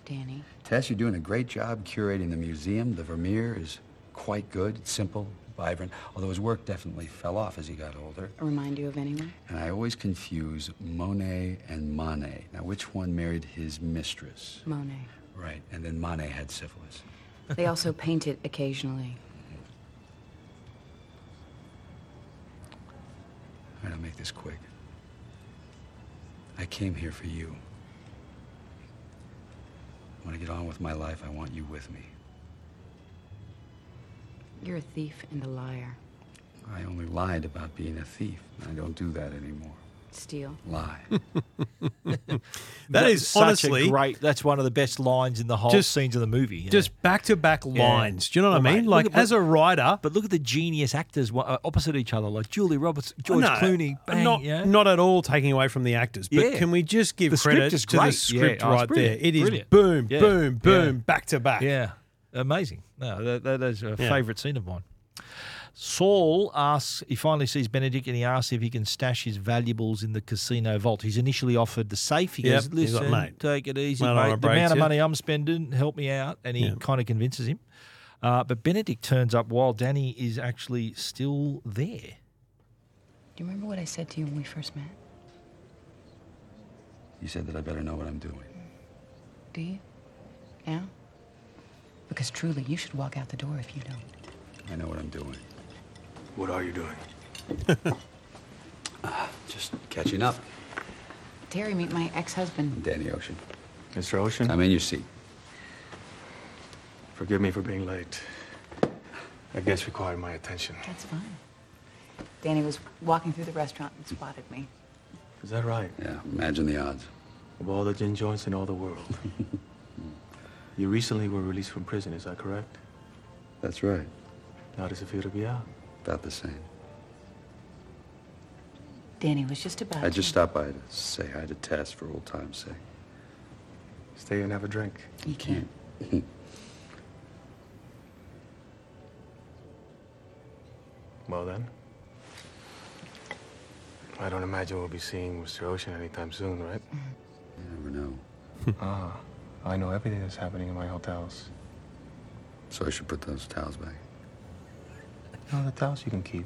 Danny,
Tess, you're doing a great job curating the museum. The Vermeer is quite good. It's simple, vibrant, although his work definitely fell off as he got older.
remind you of anyone?
And I always confuse Monet and Monet. Now, which one married his mistress?
Monet.
Right, and then Monet had syphilis.
They also paint it occasionally.
All right, I'll make this quick. I came here for you. When I get on with my life, I want you with me.
You're a thief and a liar.
I only lied about being a thief. I don't do that anymore.
Steal.
Lie.
That is
such
honestly-
a great. That's one of the best lines in the whole
Just-
scenes of the movie. yeah.
Just back to back
Yeah.
lines. Do you know what
Oh,
I
mate,
mean?
look
Like
at-
as a writer,
but look at the genius actors wa- uh, opposite each other, like Julie Roberts, George
No,
Clooney. Bang,
not,
yeah.
not at all taking away from the actors, but
Yeah.
can we just give
The script
credit
is
to
great.
the
Yeah,
script
oh, it's
right there?
brilliant,
It is
brilliant.
boom,
Yeah,
boom, boom,
yeah.
back to back.
Yeah, amazing. No, that, that is a
Yeah.
favourite scene of mine. Saul asks, he finally sees Benedict and he asks if he can stash his valuables in the casino vault. He's initially offered the safe. He
Yep,
goes,
he's like,
listen,
"Mate,
take it easy,
I don't
mate. The
want breaks
amount of
you."
money I'm spending, help me out. And he
Yeah.
kind of convinces him. Uh, but Benedict turns up while Danny is actually still there.
Do you remember what I said to you when we first met?
You said that I better know what I'm doing.
Do you? Now? Because truly, you should walk out the door if you don't.
I know what I'm doing. What are you doing? just catching up.
Terry, meet my ex-husband.
Danny Ocean.
Mr. Ocean?
I'm in your seat.
Forgive me for being late. I guess required my attention.
That's fine. Danny was walking through the restaurant and spotted me.
Is that right?
Yeah, imagine the odds.
Of all the gin joints in all the world. you recently were released from prison, is that correct?
That's right.
How does it feel to be out?
About the same.
Danny was just about
I just stopped by to say hi to Tess for old time's sake.
Stay and have a drink.
You can't.
Well then. I don't imagine we'll be seeing Mr. Ocean anytime soon, right?
You never know.
ah, I know everything that's happening in my hotels.
So I should put those towels back.
No, the towels you can keep.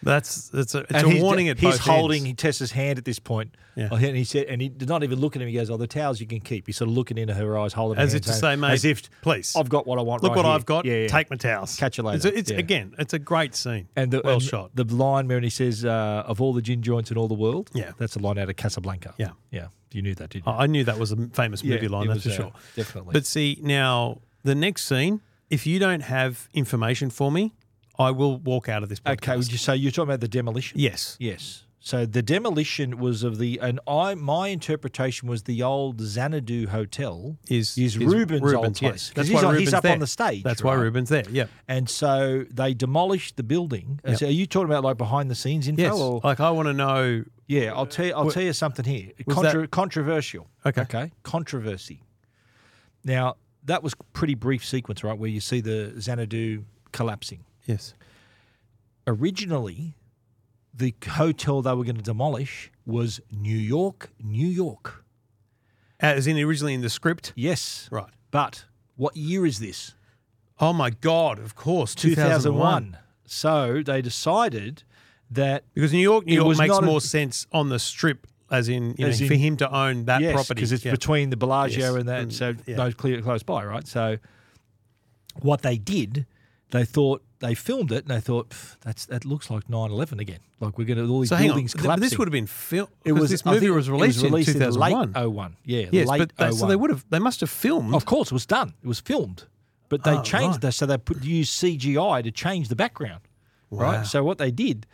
That's that's a, it's
And
a
he's-
warning at
He's
both
holding
ends.
Tessa's hand at this point.
Yeah.
Oh, And he said, and he did not even look at him. He goes, "Oh, the towels you can keep." He's sort of looking into her eyes, holding
As
her
if to
hand,
say,
saying,
mate,
as if,
please,
I've got what I want.
Look
right
what
here.
I've got.
Yeah, yeah.
Take my towels.
Catch you
It's,
later.
it's
Yeah.
again, it's a great scene.
And the,
well
and
shot.
The line where he says, uh, "Of all the gin joints in all the world,"
Yeah.
that's a line out of Casablanca.
Yeah.
yeah. You knew that, didn't you?
I I knew that was a famous
Yeah,
movie line.
it
That's
was,
for
uh,
sure.
definitely.
But see, now the next scene. If you don't have information for me, I will walk out of this. Podcast.
Okay, would you say you're talking about the demolition?
Yes.
Yes. So the demolition was of the, and I my interpretation was the old Xanadu Hotel
Is
is, Rubens' old place.
Yes,
'Cause
that's
he's,
why
on- he's
Ruben's
up
there.
on the stage.
That's why
right?
Ruben's there. Yeah.
And so they demolished the building. And
Yep.
So are you talking about like behind the scenes info?
Yes.
Or?
Like I want to know.
Yeah, I'll tell you, I'll
Wha-
tell you something here.
Was
Contra-
that-
controversial. Okay. Okay. Controversy. Now that was pretty brief sequence, right, where you see the Xanadu collapsing.
Yes.
Originally, the hotel they were going to demolish was New York, New York.
As in originally in the script.
Yes.
Right.
But what year is this?
Oh my God! Of course, two thousand one.
2001. So they decided that
Because New York, New
It
York
was
makes
not a-
more sense on the strip, as in, you
As
mean,
in-
for him to own that
yes,
property
because it's
Yeah.
between the Bellagio
Yes.
and that,
Mm,
so
yeah.
no clear close by, right? So what they did, they thought they filmed it and they thought "Pff, that's that looks like 9/11 again. Like we're going to all these
So hang on,
buildings
th-
collapsing.
this would have been fil-
It
'cause
was
this
I think
movie was
it
released in
released late
2001.
01. Yeah,
Yes,
late
but they- so they
01.
would have they must have filmed.
Of course, it was done. It was filmed, but they
Oh,
changed
right.
that so they put used CGI to change the background.
Wow.
Right. So what they did,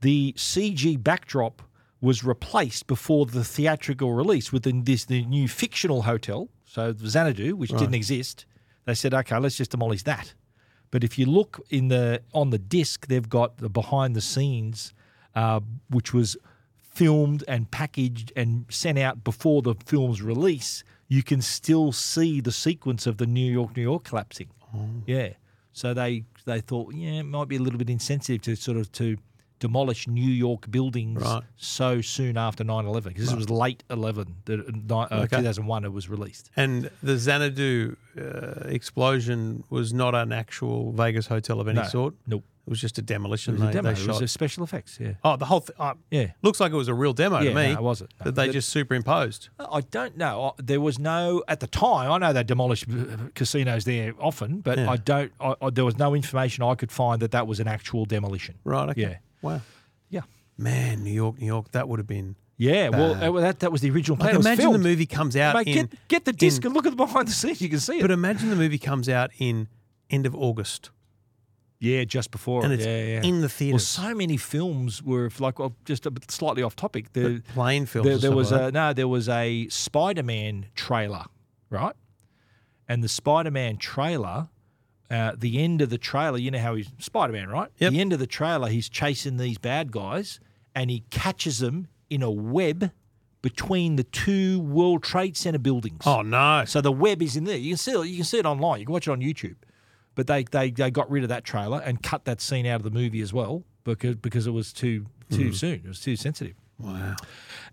the CG backdrop was replaced before the theatrical release with the, this the new fictional hotel, so Xanadu, which
Right.
didn't exist. They said, okay, let's just demolish that. But if you look in the on the disc, they've got the behind the scenes, uh, which was filmed and packaged and sent out before the film's release. You can still see the sequence of the New York, New York collapsing.
Mm.
Yeah. So they they thought, yeah, it might be a little bit insensitive to sort of to demolish New York buildings
Right.
so soon after 9-11 because this
Right.
was late 11 the, uh,
Okay.
2001 it was released
And the Xanadu uh, explosion was not an actual Vegas hotel of any
No,
sort.
Nope.
It was just a
It
demolition.
was a
they-
demo.
they
It was
shot.
a special effects, yeah.
Oh, the whole thing. Oh,
Yeah.
Looks like it was a real demo
Yeah,
to me.
no, it wasn't. No.
That they
But-
just superimposed.
I don't know. I- There was no at the time. I know they demolished uh, casinos there often, but
Yeah.
I don't. I, I, there was no information I could find that that was an actual demolition.
Right. Okay.
Yeah.
Wow.
Yeah.
Man, New York, New York. That would have been.
Yeah. Uh, Well,
bad.
that- well, that that was the original plan.
Like,
It was
Uh, imagine the
filmed.
movie comes out.
Mate,
in,
get, get the disc and look at the behind the scenes. You can see it.
But imagine the movie comes out in end of August.
Yeah, just before.
And
it.
it's
yeah, yeah.
in the
Well,
theatres.
so many films were like well, just a bit slightly off topic. The
But plane films
There,
and
there
stuff
was
like
a
that.
no. There was a Spider-Man trailer, right? And the Spider-Man trailer, uh, the end of the trailer. You know how he's Spider-Man, right? The end of the trailer, he's chasing these bad guys, and he catches them in a web. Between the two World Trade Center buildings.
Oh no!
So the web is in there. You can see it. You can see it online. You can watch it on YouTube. But they, they, they got rid of that trailer and cut that scene out of the movie as well because because it was too too
Mm.
soon. It was too sensitive.
Wow.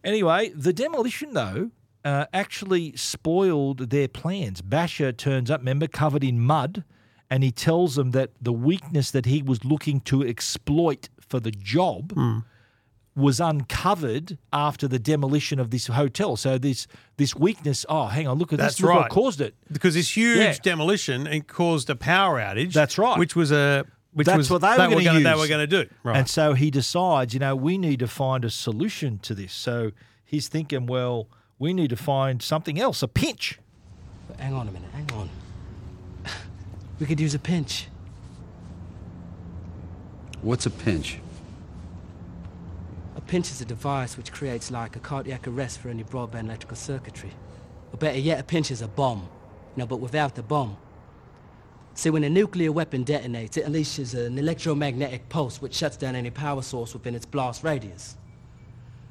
Anyway, the demolition though uh, actually spoiled their plans. Basher turns up, remember, covered in mud, and he tells them that the weakness that he was looking to exploit for the job
Hmm.
was uncovered after the demolition of this hotel. So this this weakness. Oh, hang on, look at
That's
this. Look
right.
what caused it.
Because this huge
Yeah.
demolition it caused a power outage.
That's right.
Which was a which
That's
was
what they, were
gonna-
going to
they were going to do. Right.
And so he decides, you know, we need to find a solution to this. So he's thinking, well, we need to find something else, a pinch.
Hang on a minute, hang on. We could use a pinch.
What's a pinch?
A pinch is a device which creates like a cardiac arrest for any broadband electrical circuitry. Or better yet, a pinch is a bomb. You know, but without the bomb. See, when a nuclear weapon detonates, it unleashes an electromagnetic pulse which shuts down any power source within its blast radius.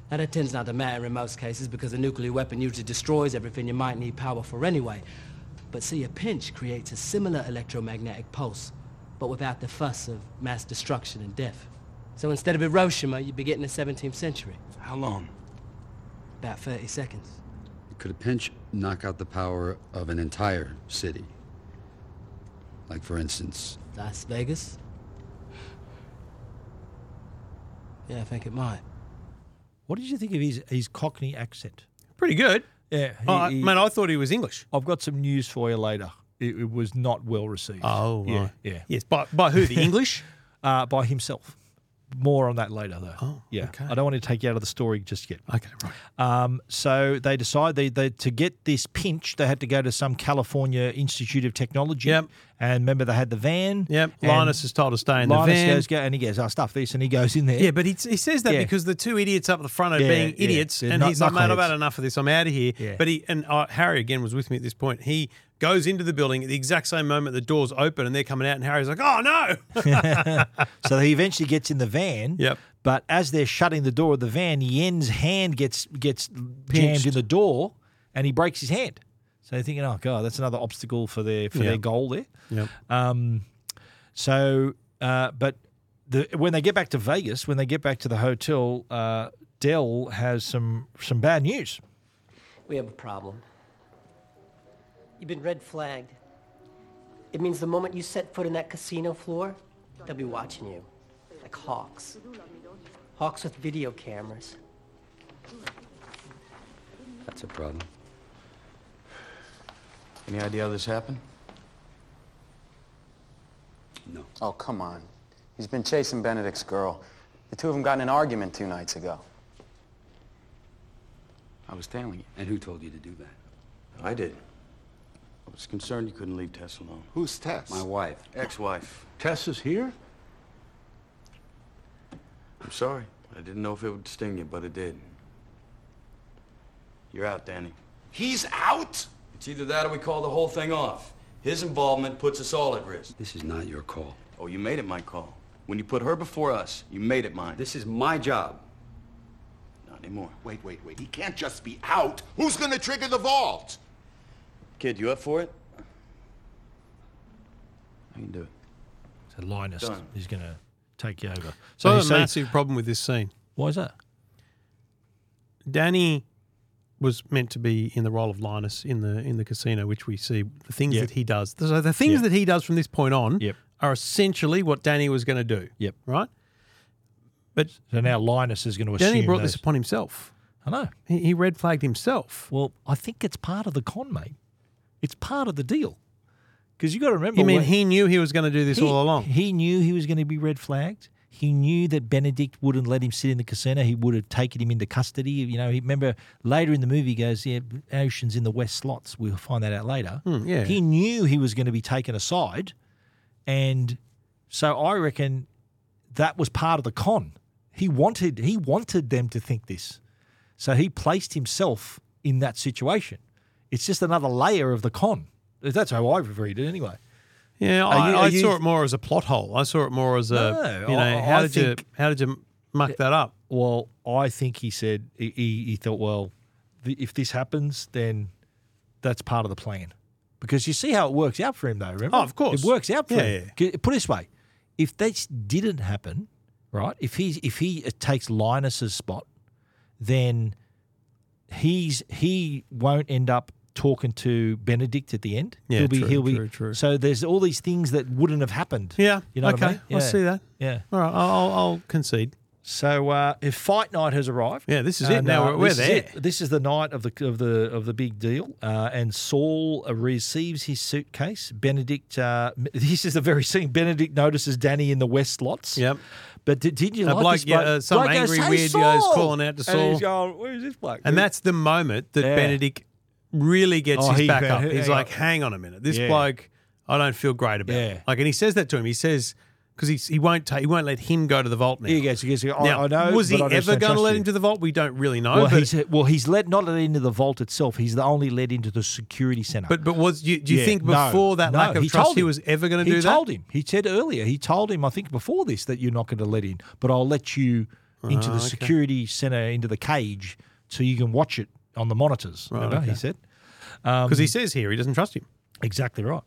Now, that tends not to matter in most cases because a nuclear weapon usually destroys everything you might need power for anyway. But see, a pinch creates a similar electromagnetic pulse, but without the fuss of mass destruction and death. So instead of Hiroshima, you'd be getting the 17th century.
How long?
About 30 seconds.
Could a pinch knock out the power of an entire city? Like, for instance,
Las Vegas? Yeah, I think it might.
What did you think of his his Cockney accent?
Pretty good.
Yeah.
Oh, I- man, I thought he was English.
I've got some news for you later. It, it was not well received.
Oh,
yeah,
right.
yeah.
Yes, by- by who, the English?
uh, by himself. More on that later, though.
Oh,
yeah.
okay.
I don't want to take you out of the story just yet.
Okay, right.
Um, so they decide they, they to get this pinch, they had to go to some California Institute of Technology.
Yep.
And remember, they had the van.
Yep.
And
Linus is told to stay in the
Linus
van.
goes, go, and he goes, I'll stuff this, and he goes in there.
Yeah, but he, he says that
Yeah.
because the two idiots up the front are
Yeah,
being
yeah.
idiots,
They're
and
not-
he's like, "Mate, I've
knuckleheads."
had enough of this. I'm out of here."
Yeah.
But he and uh, Harry again was with me at this point. He goes into the building at the exact same moment the doors open and they're coming out, and Harry's like, "Oh no!"
so he eventually gets in the van.
Yep.
But as they're shutting the door of the van, Yen's hand gets gets jammed in the door, and he breaks his hand. So they're thinking, oh god, that's another obstacle for their for their
Yep.
goal there.
Yep.
Um, so, uh, but the, when they get back to Vegas, when they get back to the hotel, uh, Dell has some some bad news.
We have a problem. You've been red flagged. It means the moment you set foot in that casino floor, they'll be watching you. Like hawks. Hawks with video cameras.
that's a problem.
Any idea how this happened?
No.
Oh, come on. He's been chasing Benedict's girl. The two of them got in an argument two nights ago.
I was telling you.
And who told you to do that?
I did. I was concerned you couldn't leave Tess alone.
Who's Tess?
My wife.
Ex-wife.
Tess is here?
I'm sorry. I didn't know if it would sting you, but it did. You're out, Danny.
He's out?
It's either that or we call the whole thing off. His involvement puts us all at risk.
This is not your call.
Oh, you made it my call. When you put her before us, you made it mine.
This is my job.
Not anymore.
Wait, wait, wait. He can't just be out. Who's going to trigger the vault?
Kid, you up for it? I can do it.
So Linus
Done.
is going to take you over.
So I
you
have a
see-
massive problem with this scene.
Why is that?
Danny was meant to be in the role of Linus in the in the casino, which we see the things
Yep.
that he does. So the things
Yep.
that he does from this point on are essentially what Danny was going to do.
Yep.
Right. But
so now Linus is going to
Danny
assume
brought
those-
this upon himself.
I know.
He, he red flagged himself.
Well, I think it's part of the con, mate. It's part of the deal. Because you got to remember.
You mean
when-
he knew he was going to do this
he-
all along?
He knew he was going to be red flagged. He knew that Benedict wouldn't let him sit in the casino. He would have taken him into custody. You know, he, remember later in the movie, he goes, "Yeah, Ocean's in the West slots." We'll find that out later.
Hmm, yeah.
He knew he was going to be taken aside, and so I reckon that was part of the con. He wanted he wanted them to think this, so he placed himself in that situation. It's just another layer of the con. That's how I read it, anyway.
Yeah,
Are
I,
you-
I
are you-
saw it more as a plot hole. I saw it more as a
No,
you know
I-
how
I
did you
think-
how did you muck that up?
Well, I think he said he, he, he thought, well, th- if this happens, then that's part of the plan. Because you see how it works out for him, though. Remember?
Oh, of course.
it works out for
Yeah,
him. G- Put it this way: if this didn't happen, right? If he if he uh, takes Linus's spot, then he's he won't end up talking to Benedict at the end.
Yeah,
he'll be
true,
he'll be
true, true.
so there's all these things that wouldn't have happened.
Yeah,
you know
okay,
what I mean?
I see that.
Yeah.
All right, I'll, I'll, I'll concede.
So uh, if fight night has arrived,
Yeah, this is
and,
it. Now
uh,
we're, we're
this is
there.
it. This is the night of the of the of the big deal, uh, and Saul uh, receives his suitcase. Benedict, uh, m- this is the very scene. Benedict notices Danny in the West lots.
Yep.
But did, did you
A
like
bloke,
this bloke?
yeah, uh, some
Bloke goes,
angry
"Hey,
weird
Saul!"
guy's calling out to
And
Saul.
he's going, "Where's this bloke?"
And that's the moment that
Uh, Yeah.
Benedict really gets
Oh,
his
he
back
found-
up. He's
hang
like,
on.
hang on a minute. This
Yeah.
bloke, I don't feel great about.
Yeah.
Like, and he says that to him. He says, because he, he won't take, he won't let him go to the vault now.
He goes, he goes, "I-
now,
I know,
was he
but I just
ever
don't
going to
trust
let
you."
him to the vault? We don't really know.
well,
but
he's well, he's led not let into the vault itself. He's the only led into the security center.
But but was you, do you
Yeah,
think
no,
before that
no,
lack of
he
trust
told
he
him.
was ever going to
he
do that?
told him. He said earlier. He told him. I think before this that you're not going to let in, but I'll let you into
Ah,
the
okay.
security center, into the cage, so you can watch it on the monitors. remember,
okay.
he said. Um,
because he says here he doesn't trust him.
Exactly right.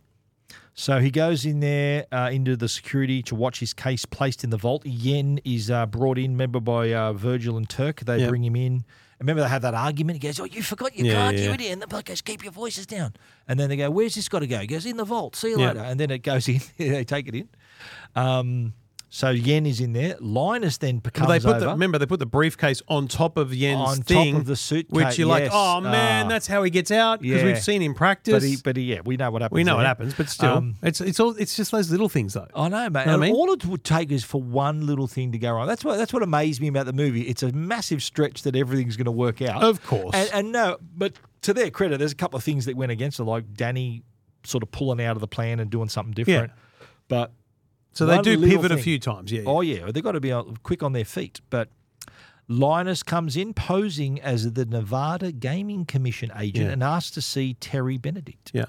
So he goes in there uh, into the security to watch his case placed in the vault. Yen is uh, brought in, remember, by uh, Virgil and Turk. They
Yep.
bring him in. Remember, they have that argument. He goes, Oh, you forgot your
Yeah,
card,
yeah.
you idiot. And the bloke goes, Keep your voices down. And then they go, Where's this got to go? He goes, In the vault. See you
Yeah.
later. And then it goes in. they take it in. Um, so Yen is in there. Linus then
Well,
becomes
they put
over.
the, remember they put the briefcase on top of Yen's
On top
thing,
of the suitcase,
which you're like,
yes.
oh man,
Ah.
that's how he gets out because
Yeah.
we've seen him practice.
But, he, but he, yeah, we know what happens.
we know what
there.
happens, but still,
Um,
it's it's all it's just those little things though.
I know, mate.
Know what I
And
mean?
All it would take is for one little thing to go wrong. That's what that's what amazed me about the movie. It's a massive stretch that everything's going to work out.
Of course.
And, and no, but to their credit, there's a couple of things that went against it, like Danny sort of pulling out of the plan and doing something different. But
So they
one
do
little
pivot a
thing-
few times, yeah, yeah.
Oh yeah, they've got to be uh, quick on their feet. But Linus comes in posing as the Nevada Gaming Commission agent
Yeah.
and asks to see Terry Benedict.
Yeah.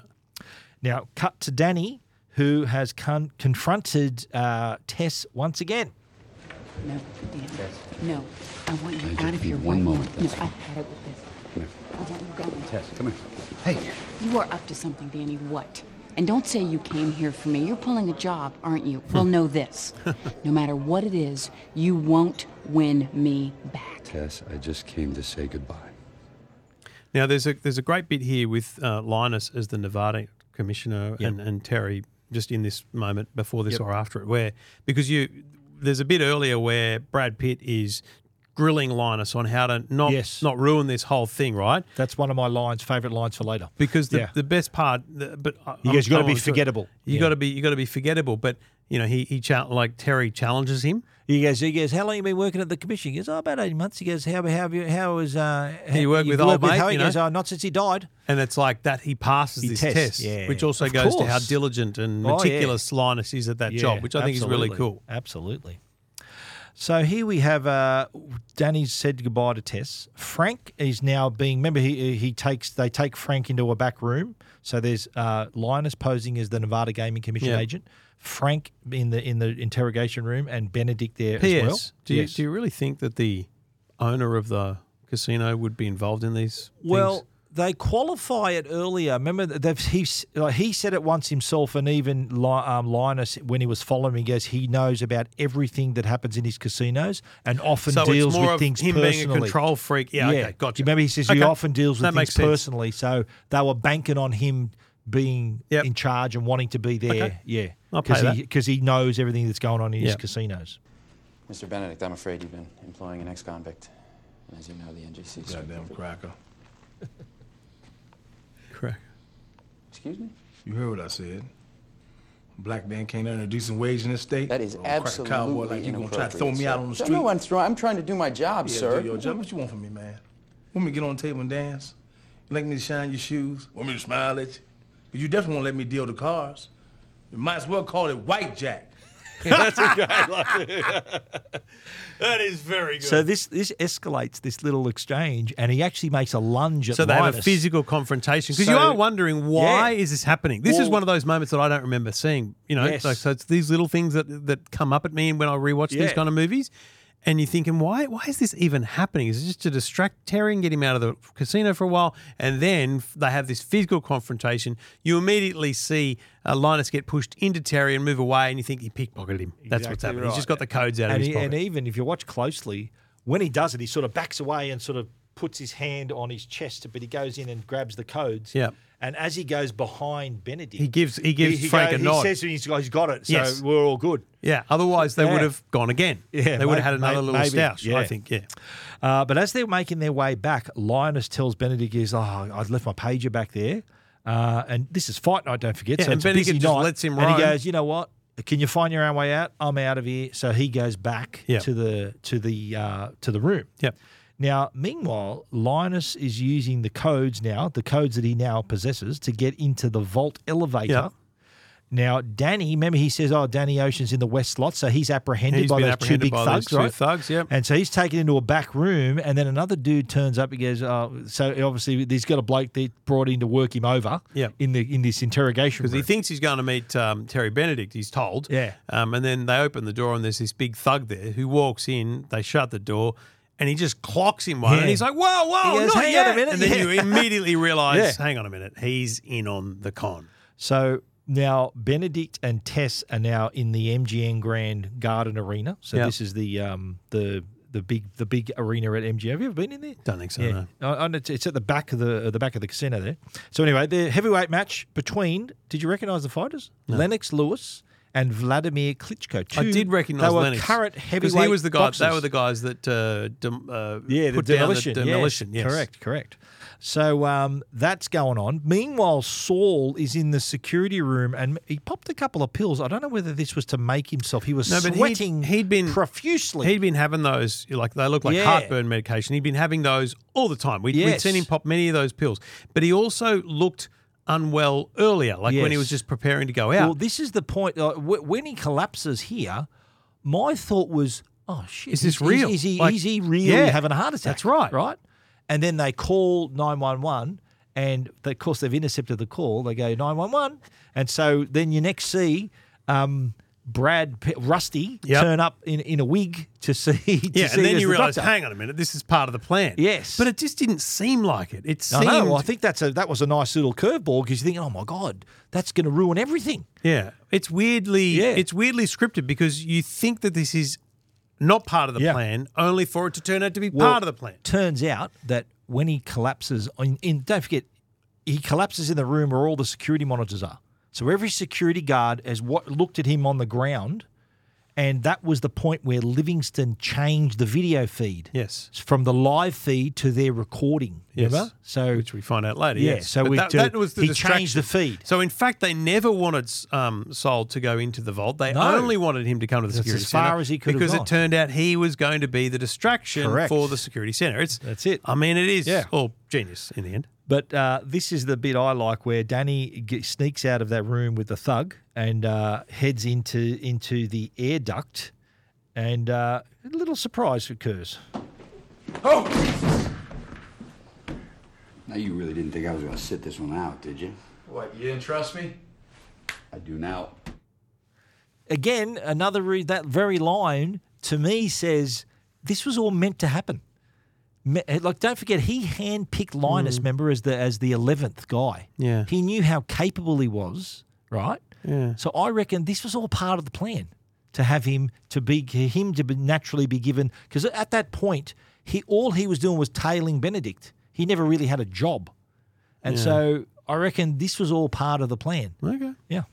Now, cut to Danny, who has con- confronted uh, Tess once again.
No, Dan. No. I want you
I just
out of
need
here
one
right
moment,
now.
that's
No,
all.
I've had it with this.
Come
I want you gone.
here. Tess, come here.
Hey. You are up to something, Danny. What? And don't say you came here for me. You're pulling a job, aren't you? Well, know this. No matter what it is, you won't win me back.
Tess, I just came to say goodbye.
Now there's a there's a great bit here with uh, Linus as the Nevada commissioner and, and Terry just in this moment before this
Yep.
or after it, where because you there's a bit earlier where Brad Pitt is grilling Linus on how to not
Yes.
not ruin this whole thing, right?
That's one of my lines, favorite lines for later.
Because the,
Yeah.
the best part, the, but I-
He
I'm-
goes, "You gotta
I'm
be
on to it."
forgettable.
You
Yeah.
got to be you got to be forgettable. But you know, he, he cha- like Terry challenges him.
He goes, he goes, how long you been working at the commission? He goes, oh, about eight months. He goes, how how have you how is uh
How you work
you've
with old
worked
mate,
Howie?"
you
He goes,
know?
oh, not since he died.
And it's like that he passes
He
this
tests,
test,
yeah.
which also
Of
goes to how
course.
diligent and
Oh, yeah.
meticulous Linus is at that
Yeah,
job, which I think is really
absolutely.
cool.
Absolutely. So here we have uh, Danny said goodbye to Tess. Frank is now being remember he he takes they take Frank into a back room. So there's uh, Linus posing as the Nevada Gaming Commission
Yeah.
agent, Frank in the in the interrogation room, and Benedict there
P.S.
as well.
Do you
Yes.
do you really think that the owner of the casino would be involved in these?
Well,
things?
they qualify it earlier. Remember, that they've, he s- like, he said it once himself, and even Li- um, Linus, when he was following, him, he goes, he knows about everything that happens in his casinos, and often
So it's
deals
more
with
of
things
him being a
personally.
control freak. Yeah, okay, gotcha.
Remember, he says he
Okay,
often deals with
that
things
makes sense.
personally, so they were banking on him being in charge and wanting to be there.
Okay.
Yeah,
I'll pay
because he,
that.
'cause he knows everything that's going on in his
Yeah.
casinos.
Mr. Benedict, I'm afraid you've been employing an ex-convict. And as you know, the NGC... Goddamn cracker.
Correct.
Excuse me?
You heard what I said. Black man can't earn a decent wage in this state. That is
Absolutely
Cowboy, like you gonna try to throw me out on the
inappropriate, sir.
street?
No, I'm, throwing, I'm trying to do my job,
yeah,
sir.
do your job. What you want from me, man? Want me to get on the table and dance? You like me to shine your shoes? Want me to smile at you? But you definitely won't let me deal the cars. You might as well call it White Jack.
That's a great line. that is very good.
So this this escalates this little exchange, and he actually makes a lunge at
So they have a
Linus.
physical confrontation because you
So-
are wondering why
Yeah.
is this happening. This is
Well-
one of those moments that I don't remember seeing. You know,
Yes.
like, so it's these little things that that come up at me when I rewatch these
Yeah.
kind of movies, and you're thinking, why why is this even happening? Is it just to distract Terry and get him out of the casino for a while, and then f- they have this physical confrontation. You immediately see uh, Linus get pushed into Terry and move away, and you think he pickpocketed him. That's what's
Exactly
happening.
right.
He's just got the codes out
and
of his
he-
pocket.
And even if you watch closely, when he does it, he sort of backs away and sort of puts his hand on his chest, but he goes in and grabs the codes.
Yeah.
And as he goes behind Benedict,
He gives- he gives Frank a
he
nod.
says to him, he's got- he's got it, so
Yes.
we're all good.
Yeah. Otherwise, they
Yeah.
would have gone again.
Yeah,
They would
may-
have had another
may-
little
maybe,
stoush.
yeah.
I think. Yeah.
Uh, but as they're making their way back, Linus tells Benedict, "Is oh, I left my pager back there." Uh, and this is fight night, don't forget.
Yeah,
so
and
it's a
Benedict
busy
just
night.
lets him
And
roam.
he goes, "You know what? Can you find your own way out? I'm out of here." So he goes back
Yeah.
to the to the uh, to the room.
Yep.
Now, meanwhile, Linus is using the codes now, the codes that he now possesses, to get into the vault elevator.
Yep.
Now, Danny, remember he says, "Oh, Danny Ocean's in the west lot," so he's apprehended
He's
by
been
those two
apprehended
big
by
thugs,
those two
right?
thugs, yep.
And so he's taken into a back room, and then another dude turns up. He goes, "Oh, so obviously he's got a bloke they brought in to work him over."
Yep.
in the in this interrogation
Because
room.
he thinks he's going to meet um, Terry Benedict, he's told.
Yeah.
Um, and then they open the door, and there's this big thug there who walks in. They shut the door, and he just clocks him one.
Yeah.
And he's like, whoa, whoa,
He goes,
not
"Hang on
yet.
a minute,
And then
yeah.
you immediately realize,
Yeah.
hang on a minute, he's in on the con.
So now Benedict and Tess are now in the MGM Grand Garden Arena. So
Yeah.
this is the um the the big the big arena at MGM. Have you ever been in there?
Don't think so, no.
Uh, and it's, it's at the back of the uh, the back of the casino there. So anyway, the heavyweight match between did you recognise the fighters?
No.
Lennox Lewis and Vladimir Klitschko.
I
Two-
did recognize
they were
Lennox.
current
'Cause
heavyweight.
He was the guy.
boxers.
They were the guys that uh, dem, uh,
Yeah, the
put
demolition.
down the
yes,
demolition. yes.
Correct, correct. So um, that's going on. Meanwhile, Saul is in the security room and he popped a couple of pills. I don't know whether this was to make himself. He was
he'd-
sweating.
He'd, been
profusely.
He'd been having those like they look like
Yeah.
heartburn medication. He'd been having those all the time. We'd, we'd
Yes.
seen him pop many of those pills, but he also looked unwell earlier, like when he
Yes.
was just preparing to go out.
Well, this is the point. Uh, wh- when he collapses here, my thought was, oh shit,
Is this
is- is-
real?
Is, he
Like,
is he really
yeah,
having a heart attack?
that's right.
right. And then they call nine one one, and they, of course they've intercepted the call. They go nine one one, and so then you next see. Um, Brad P- Rusty
Yep.
turn up in, in a wig to see. To
yeah,
see
and then
as
you
the
realize,
doctor.
hang on a minute, this is part of the plan.
Yes,
but it just didn't seem like it. It
I
seemed,
know. I think that's a that was a nice little curveball because you think, oh my god, that's going to ruin everything.
yeah, it's weirdly, it's weirdly scripted because you think that this is not part of the plan, only for it to turn out to be
Well,
part of the plan.
Turns out that when he collapses, in, in don't forget, he collapses in the room where all the security monitors are. So every security guard has what looked at him on the ground, And that was the point where Livingston changed the video feed.
Yes.
From the live feed to their recording.
Yes.
Remember? So
which we find out later.
Yeah.
yes.
So
But
we
that,
do-
that was the
he changed the
distraction.
feed.
So in fact, they never wanted um, Sol to go into the vault. They
No.
only wanted him to come to the
That's
security
as far
center
as he could have
because
gone.
it turned out he was going to be the distraction
Correct.
for the security center. It's
That's it.
I mean, it is
Yeah.
all genius in the end.
But uh, this is the bit I like, where Danny g- sneaks out of that room with the thug and uh, heads into into the air duct, and uh, a little surprise occurs.
Oh! Now, you really didn't think I was going to sit this one out, did you?
What, you didn't trust me?
I do now.
Again, another re- that very line to me says this was all meant to happen. Me- eh, Like, don't forget, he handpicked Linus,
Mm.
remember, as the as the eleventh guy.
Yeah.
he knew how capable he was, right?
Yeah.
So I reckon this was all part of the plan to have him to be him to be naturally be given because at that point he all he was doing was tailing Benedict. He never really had a job, and
Yeah.
so I reckon this was all part of the plan.
Okay.
Yeah.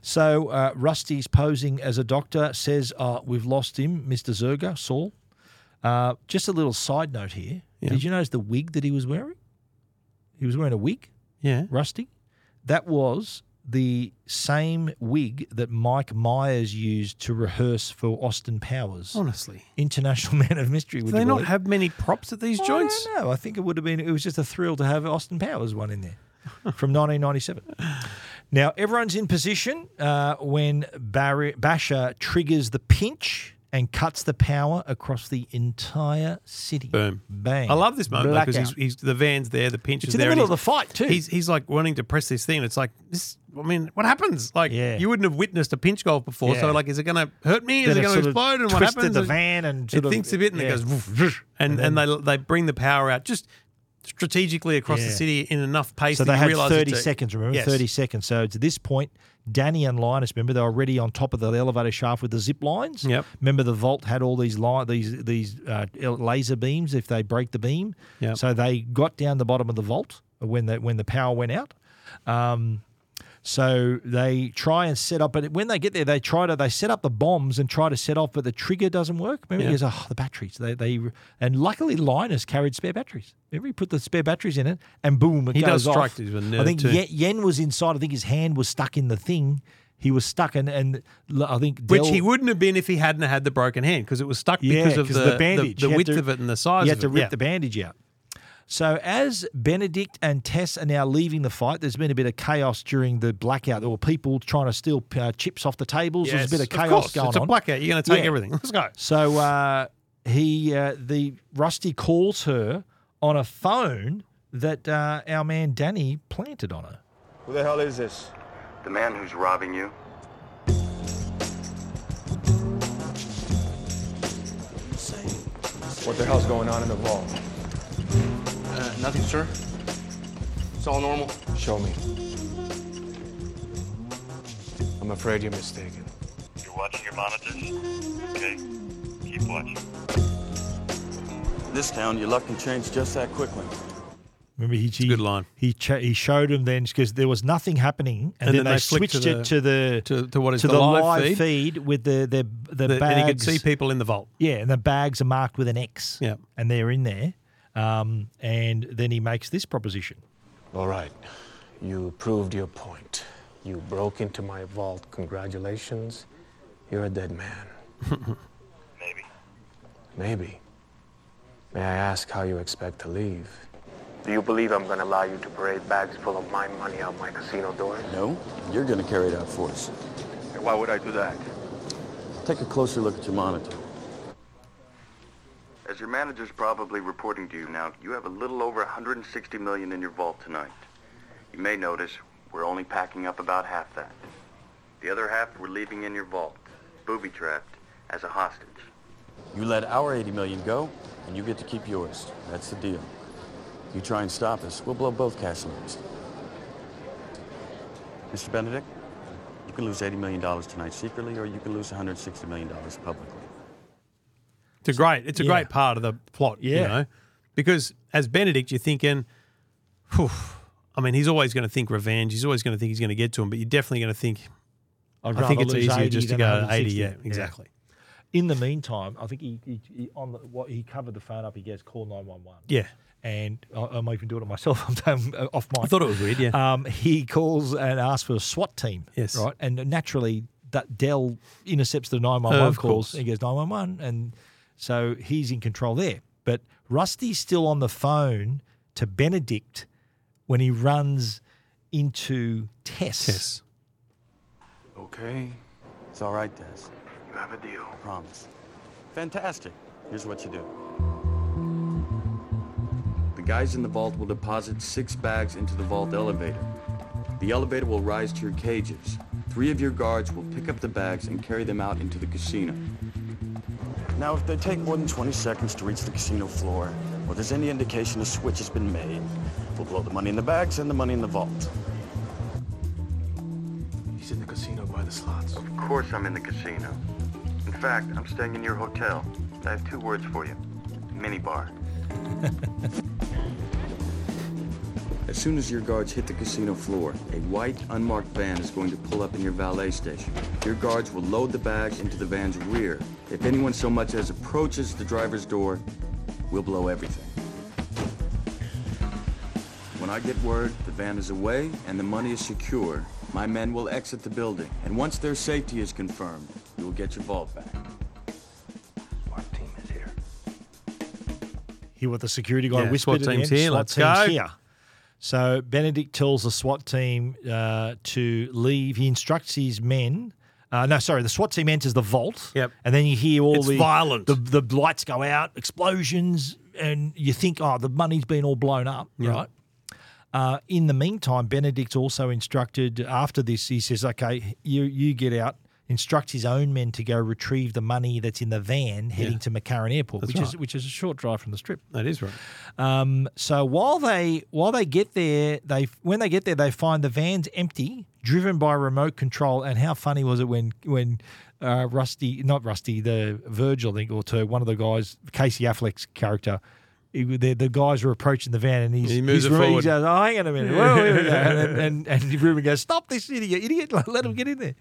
So uh, Rusty's posing as a doctor says, uh, "We've lost him, Mister Zerga, Saul." Uh, just a little side note here.
Yeah.
Did you notice the wig that he was wearing? He was wearing a wig.
Yeah.
Rusty. That was the same wig that Mike Myers used to rehearse for Austin Powers.
Honestly.
International Man of Mystery.
Do
Would
they
you
not
believe?
have many props at these
I
joints?
don't know. I think it would have been. It was just a thrill to have Austin Powers one in there from 1997. Now everyone's in position uh, when Barry, Basher triggers the pinch and cuts the power across the entire city.
Boom.
bang!
I love this moment because
Blackout.
he's, he's the van's there, the pinch
It's
is
in the
there. and
middle of
he's-
the fight, too.
He's he's like wanting to press this thing. and It's like this. I mean, what happens? Like you wouldn't have witnessed a pinch golf before,
Yeah.
so like, is it going to hurt me? Is
Then
it
it
going
sort
to
of
explode? And what
twisted
happens?
the
And
van and
it
sort of-
thinks a bit and
yeah.
it goes woof, woof, and and, they they bring the power out just strategically across the
Yeah.
city in enough pace.
So
that
they
you
had
realise
30
it's a-
seconds, remember?
Yes.
30 seconds. So to this point, Danny and Linus, remember, they were already on top of the elevator shaft with the zip lines.
Yep.
Remember, the vault had all these li- these these uh, el- laser beams if they break the beam.
Yep.
So they got down the bottom of the vault when the, when the power went out. Um, so they try and set up, but when they get there, they try to they set up the bombs and try to set off, but the trigger doesn't work. Remember, he
Yeah.
goes, "Oh, the batteries!" They they and luckily Linus carried spare batteries. Remember, he put the spare batteries in it, and boom, it
He
goes
does strike
off.
these with
I
nerve
think
too.
Yen, Yen was inside. I think his hand was stuck in the thing. He was stuck, and and l- I think
Which
Del-
he wouldn't have been if he hadn't had the broken hand because it was stuck
Yeah,
because of the,
bandage.
the,
You had
width
to-
of it and the size.
You had
of
to
it.
rip
Yeah.
the bandage out. So as Benedict and Tess are now leaving the fight, there's been a bit of chaos during the blackout. There were people trying to steal uh, chips off the tables. There's a bit of chaos
course.
going
it's
on.
a blackout. You're going to take
Yeah.
everything. Let's go.
So uh, he, uh, the Rusty calls her on a phone that uh, our man Danny planted on her.
Who the hell is this? The man who's robbing you.
What the hell's going on in the vault?
Uh, nothing, sir. It's all normal.
Show me. I'm afraid you're mistaken.
You're watching your monitors? Okay. Keep watching.
This town, your luck can change just that quickly.
Remember, he, he good
line.
He cha- he showed him then because there was nothing happening, and, then, they,
flicked
switched it to the
to, to what is
to
the,
the
live,
live
feed,
feed with the their the,
that-
bags.
and he could see people in the vault.
Yeah, and the bags are marked with an X.
Yeah.
and they're in there. Um, and then he makes this proposition.
All right. You proved your point. You broke into my vault. Congratulations. You're a dead man. Maybe. May I ask how you expect to leave? Do you believe I'm going to allow you to parade bags full of my money out my casino doors?
No, you're going to carry it out for us.
And why would I do that?
Take a closer look at your monitor.
As your manager's probably reporting to you now, you have a little over 160 million in your vault tonight. You may notice we're only packing up about half that. The other half we're leaving in your vault, booby trapped, as a hostage.
You let our 80 million go, and you get to keep yours. That's the deal. You try and stop us, we'll blow both cash loans. Mr. Benedict, you can lose $80 million tonight secretly, or you can lose $160 million publicly.
It's a great. It's a great part of the plot.
Yeah.
You know? Because as Benedict, you're thinking, Phew, I mean, he's always going to think revenge. He's always going to think he's going to get to him, but you're definitely going to think,
I'd
I think
rather
it's
lose
easier
80
just to
than
go to
160.
80. Yeah, exactly.
In the meantime, I think he, he, he on the, what he covered the phone up. He goes call nine one one.
Yeah.
and I, I might even do it myself. I'm down, uh, off mic.
I thought it was weird, yeah.
um, he calls and asks for a SWAT team.
Yes.
right. And naturally, that Dell intercepts the nine one one
Of
calls.
course.
He goes nine one one, and so he's in control there. But Rusty's still on the phone to Benedict when he runs into Tess. Tess.
Okay. It's all right, Tess. You have a deal. I promise. Fantastic. Here's what you do.
The guys in the vault will deposit six bags into the vault elevator. The elevator will rise to your cages. Three of your guards will pick up the bags and carry them out into the casino.
Now, if they take more than 20 seconds to reach the casino floor, or there's any indication a switch has been made, we'll blow the money in the bags and the money in the vault.
He's in the casino by the slots.
Of course I'm in the casino. In fact, I'm staying in your hotel. I have two words for you. Minibar. As soon as your guards hit the casino floor, a white, unmarked van is going to pull up in your valet station. Your guards will load the bags into the van's rear. If anyone so much as approaches the driver's door, we'll blow everything. When I get word the van is away and the money is secure, my men will exit the building. And once their safety is confirmed, you will get your vault back.
Hear what the security guy
Yeah,
whispered.
SWAT
at the
team's
end,
here,
SWAT
let's
team's
go.
here. So Benedict tells the SWAT team uh, to leave. He instructs his men. Uh, no, sorry, the SWAT team enters the vault. Yep. And then you hear all
It's
the
violent.
The, the lights go out, explosions, and you think, oh, the money's been all blown up,
Yeah.
right? Uh, in the meantime, Benedict's also instructed after this. He says, "Okay, you you get out." Instructs his own men to go retrieve the money that's in the van heading to McCarran Airport,
That's
which is
right.
which is a short drive from the strip.
That is right.
Um, so while they while they get there, they when they get there, they find the van's empty, driven by remote control. And how funny was it when when uh, Rusty, not Rusty, the Virgil, I think, or two, one of the guys, Casey Affleck's character. he- The, the guys were approaching the van and he's,
He moves
he's
it
re-
forward.
He goes, oh, hang on a minute. Whoa, wait a minute." and, and, and Ruben goes, stop this idiot, idiot. Like, Let him get in there.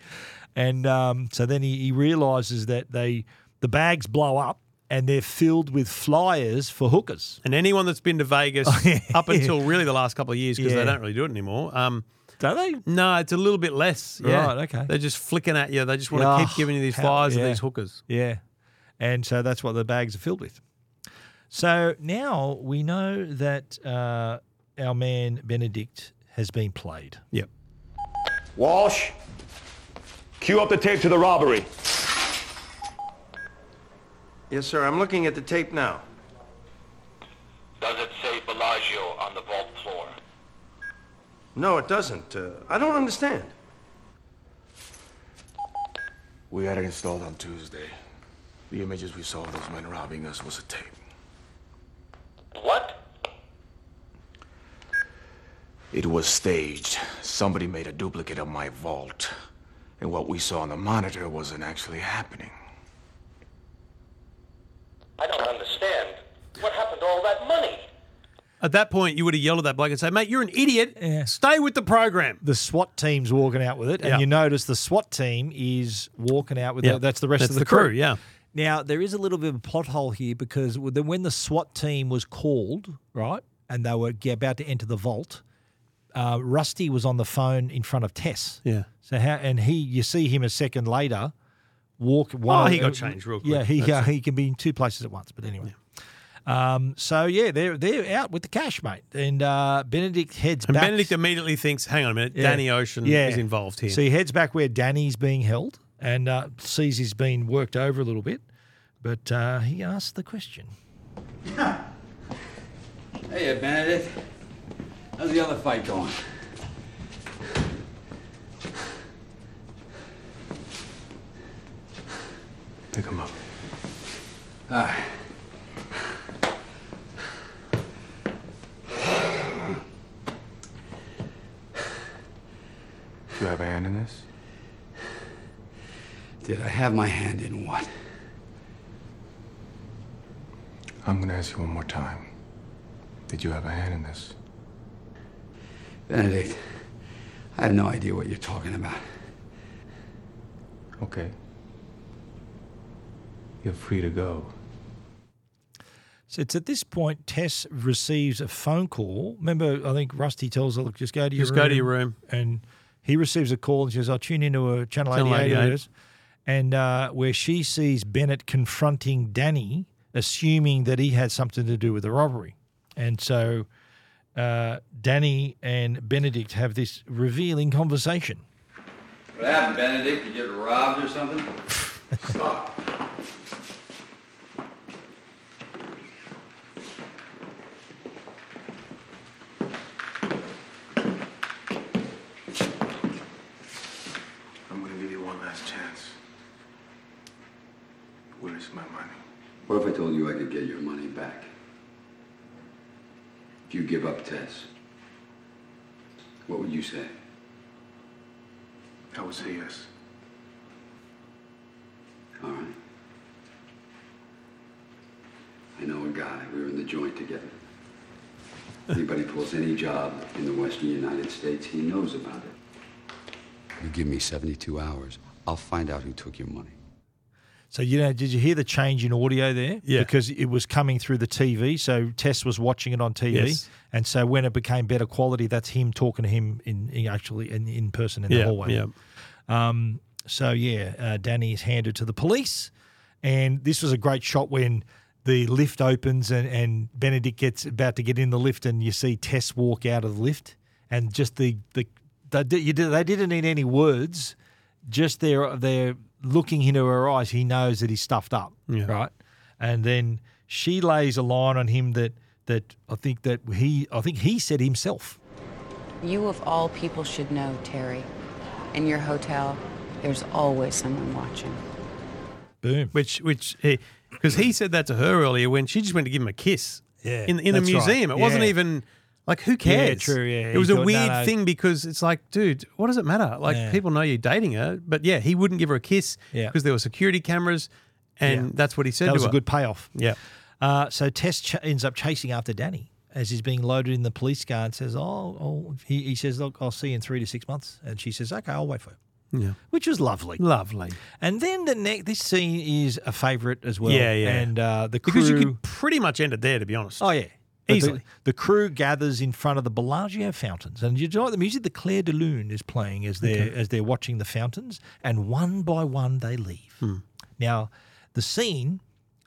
And um, so then he, he realizes that they the bags blow up and they're filled with flyers for hookers.
And anyone that's been to Vegas up until really the last couple of years, because
Oh, Yeah.
they don't really do it anymore. Um,
do they?
No, it's a little bit less. Yeah.
Right, okay.
They're just flicking at you. They just want to
Oh,
keep giving you these
how-
flyers
yeah.
and these hookers.
Yeah. And so that's what the bags are filled with. So now we know that uh, our man Benedict has been played.
Yep.
Walsh, cue up the tape to the robbery.
Yes, sir. I'm looking at the tape now.
Does it say Bellagio on the vault floor?
No, it doesn't. Uh, I don't understand.
We had it installed on Tuesday. The images we saw of those men robbing us was a tape. What? It was staged. Somebody made a duplicate of my vault. And what we saw on the monitor wasn't actually happening. I don't understand. What happened to all that money?
At that point, you would have yelled at that bloke and said, mate, you're an idiot. Stay with the program.
The SWAT team's walking out with it, and
Yeah.
you notice the SWAT team is walking out with
Yeah.
the, that's the rest
That's
of the,
the crew, yeah.
Now there is a little bit of a plot hole here because w- then when the SWAT team was called, right, and they were g- about to enter the vault, uh, Rusty was on the phone in front of Tess.
Yeah.
So how and he you see him a second later walk one
Oh,
of-
he got changed real quick.
Yeah, he
That's
uh,
it.
he can be in two places at once, but anyway. Um, so yeah, they're they're out with the cash, mate. And uh, Benedict heads
And
back.
Benedict immediately thinks, hang on a minute,
Yeah.
Danny Ocean
Yeah.
is involved here.
So he heads back where Danny's being held and uh, sees he's been worked over a little bit, but uh, he asks the question.
Hey, Benedict. How's the other fight going?
Pick him up.
All right.
You have a hand in this?
Did I have my hand in what?
I'm gonna ask you one more time. Did you have a hand in this?
Benedict, I have no idea what you're talking about.
Okay. You're free to go.
So it's at this point Tess receives a phone call. Remember, I think Rusty tells her, "Look, just go to your
Just
room.
go to your room.
And he receives a call and she says, "I'll tune into a channel,
Channel
88,
88.
it is. And uh, where she sees Bennett confronting Danny, assuming that he had something to do with the robbery. And so uh, Danny and Benedict have this revealing conversation.
What happened, Benedict? Did you get robbed or something? Stop.
I'm gonna give you one last chance. Where is my money?
What if I told you I could get your money back? If you give up Tess, what would you say?
I would say yes.
All right. I know a guy. We were in the joint together. Anybody pulls any job in the western United States, he knows about it. You give me 72 hours, I'll find out who took your money.
So you know, did you hear the change in audio there?
Yeah.
Because it was coming through the TV. So Tess was watching it on TV,
Yes.
and so when it became better quality, that's him talking to him in, in actually in, in person in the
Yeah,
hallway.
yeah.
Um. So yeah, uh, Danny is handed to the police, and this was a great shot when the lift opens and, and Benedict gets about to get in the lift, and you see Tess walk out of the lift, and just the the they, did, you did, they didn't need any words just their their looking into her eyes, he knows that he's stuffed up,
Yeah.
right? And then she lays a line on him that that I think that he I think he said himself.
You, of all people, should know, Terry. In your hotel, there's always someone watching.
Boom.
Which, which, because he said that to her earlier when she just went to give him a kiss.
Yeah,
In in a
that's right.
museum, it wasn't
Yeah.
even like who
Yeah,
cares?
true, yeah.
It
He
was a
thought, no,
weird
no.
thing because it's like, dude, what does it matter? Like
Yeah.
people know you're dating her, but yeah, he wouldn't give her a kiss
Yeah.
because there were security cameras, and
Yeah.
that's what he said.
That
to
was a
her.
good payoff.
Yeah.
Uh, so Tess ch- ends up chasing after Danny as he's being loaded in the police car and says, "Oh, oh he, he says, look, I'll see you in three to six months," and she says, "Okay, I'll wait for you,"
Yeah.
which was lovely.
Lovely.
And then the next this scene is a favourite as well.
Yeah, yeah.
And uh, the crew
Because you could pretty much end it there, to be honest.
Oh yeah, But The,
Easily.
the crew gathers in front of the Bellagio fountains, and you like the music. The Claire de Lune is playing as they're
Okay.
as they're watching the fountains, and one by one they leave.
Hmm.
Now, the scene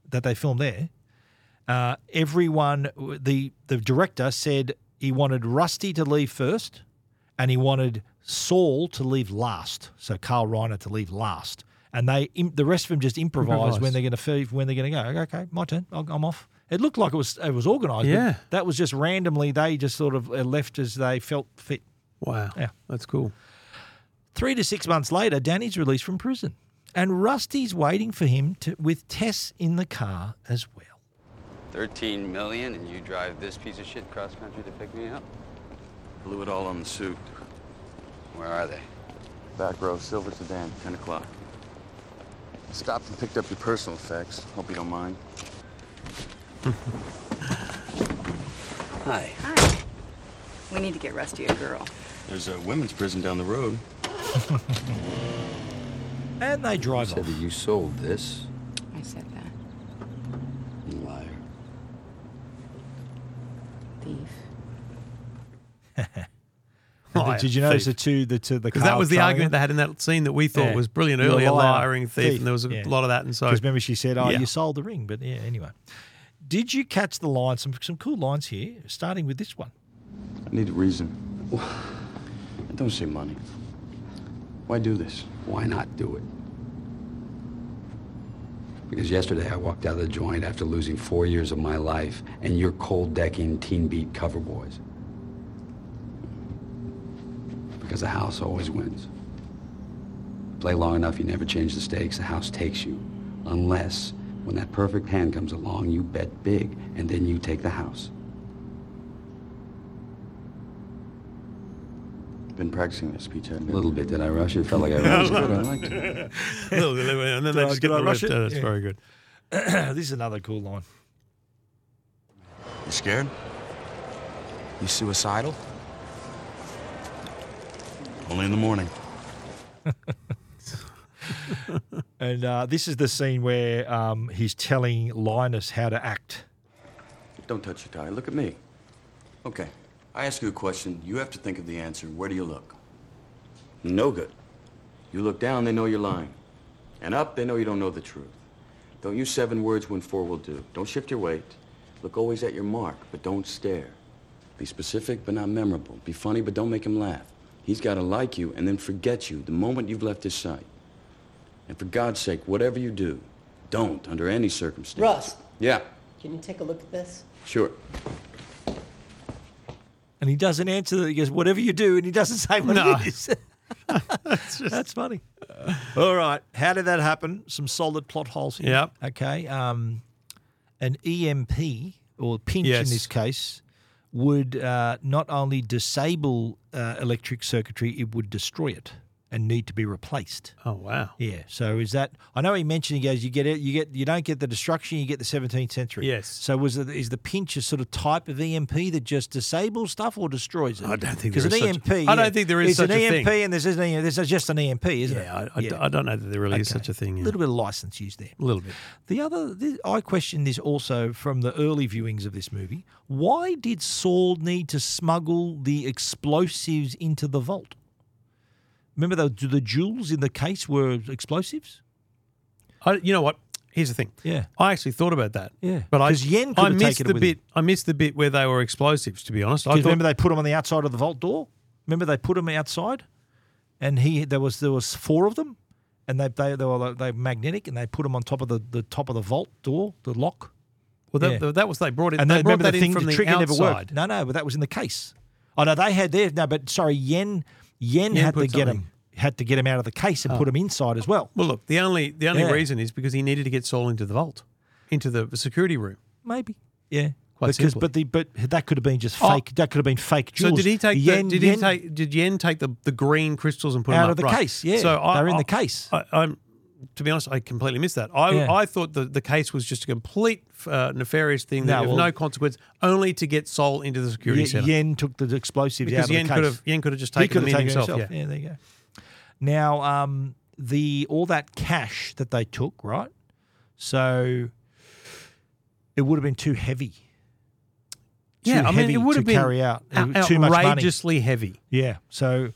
that they filmed there, uh, everyone the the director said he wanted Rusty to leave first, and he wanted Saul to leave last. So Carl Reiner to leave last, and they im- the rest of them just improvised when
Improvised.
they're going to when they're going to go. Okay, my turn. I'll, I'm off. It looked like it was it was organised. but
Yeah.
that was just randomly. They just sort of uh, left as they felt fit.
Wow.
Yeah.
That's cool.
Three to six months later, Danny's released from prison, and Rusty's waiting for him to, with Tess in the car as well.
13 million and you drive this piece of shit cross country to pick me up?
Blew it all on the suit.
Where are they?
Back row, silver sedan, 10 o'clock. Stopped and picked up your personal effects. Hope you don't mind.
Hi.
We need to get Rusty a girl.
There's a women's prison down the road.
And they drive
you said that you sold this,
I said that.
you liar.
Thief.
And
Liar,
did you notice
Oh,
the
thief.
two the two the
Because that was the argument they had in that scene that we thought was brilliant earlier, lying thief, and there was a lot of that. And so,
because remember she said, "Oh,
Yeah.
you sold the ring," but yeah. Anyway, did you catch the line? Some some cool lines here, starting with this one.
I need a reason. Don't say money. Why do this?
Why not do it? Because yesterday I walked out of the joint after losing four years of my life and your cold decking teen beat cover boys. Because the house always wins. Play long enough, you never change the stakes, the house takes you. Unless when that perfect hand comes along, you bet big and then you take the house.
Been practicing that speech, haven't
A little bit, did I rush it? Felt like I rushed it, but I liked it.
Little- little- and
Did
then they
I-
just
did
get
I
the
rush
lift.
it?
Oh, that's
Yeah.
very good.
this is another cool line.
You scared? You suicidal? Only in the morning.
and uh, this is the scene where um, he's telling Linus how to act.
Don't touch your tie. Look at me. Okay. I ask you a question. You have to think of the answer. Where do you look? No good. You look down, they know you're lying. And up, they know you don't know the truth. Don't use seven words when four will do. Don't shift your weight. Look always at your mark, but don't stare. Be specific, but not memorable. Be funny, but don't make him laugh. He's got to like you and then forget you the moment you've left his sight. And for God's sake, whatever you do, don't under any circumstance.
Russ,
Yeah,
can you take a look at this?
sure.
And he doesn't answer that. He goes, whatever you do, and he doesn't say what
No.
it is. That's, funny. All right. How did that happen? Some solid plot holes here.
Yep.
Okay. Um, an EMP, or pinch
Yes.
in this case, would uh, not only disable uh, electric circuitry, it would destroy it and need to be replaced.
Oh wow.
Yeah. So is that? I know he mentioned he goes, you get it, you get, you don't get the destruction, you get the 17th century.
Yes.
So was it, is the pinch a sort of type of EMP that just disables stuff or destroys it? I don't
think
because
there
an
is
EMP.
such a- I don't
yeah,
think there is
it's
such
an
a
EMP,
thing.
and there's, an, there's just an EMP, isn't
Yeah, I-
it?
I d- I don't know that there really is such a thing,
A
yeah.
little bit of license used there.
A little bit.
The other, th I question this also from the early viewings of this movie. Why did Saul need to smuggle the explosives into the vault? Remember, the, the jewels in the case were explosives?
I, you know what? Here's the thing.
Yeah.
I actually thought about that.
Yeah.
But I,
'Cause Yen
I
could've
missed
taken it
the
with
bit. I missed the bit where they were explosives. To be honest, I
Because
thought,
remember they put him on the outside of the vault door. Remember they put him outside, and he there was there was four of them, and they they they were like- they were magnetic, and they put him on top of the, the top of the vault door, the lock.
Well, that- that was- they brought it-
And
they brought
remember
that
the
in
thing
from
the
the
trigger never worked.
outside.
No, no, but that was in the case. Oh no, they had their no, but sorry, Yen Yen,
Yen
had to
put
get
something.
him had to get him out of the case and
Oh.
put him inside as well.
well, look, the only the only
Yeah.
reason is because he needed to get Saul into the vault, into the security room.
Maybe. Yeah.
Quite
because,
simply.
but the but that could have been just
Oh.
fake. That could have been fake jewels.
So did he take?
Yen-
the, did
Yen-
he take? Did Yen take the, the green crystals and put
Out
them
of the
up? Right.
case, yeah.
So I,
They're in the
I-
case.
I, I'm. To be honest, I completely missed that. I,
Yeah.
I thought the, the case was just a complete uh, nefarious thing that
No,
of
well-
no consequence, only to get Sol into the security
Ye-
center.
Yen took the explosives
Because
out of
Yen
the
could
case.
have- Yen could have just
He
taken
could
them
have
in
taken it
himself, yeah.
there you go. Now, um, the all that cash that they took, right? So it would have been too heavy. Too
Yeah, I mean,
heavy
it would
to
have been
carry out. It
ou-
was too much money.
outrageously heavy.
Yeah, so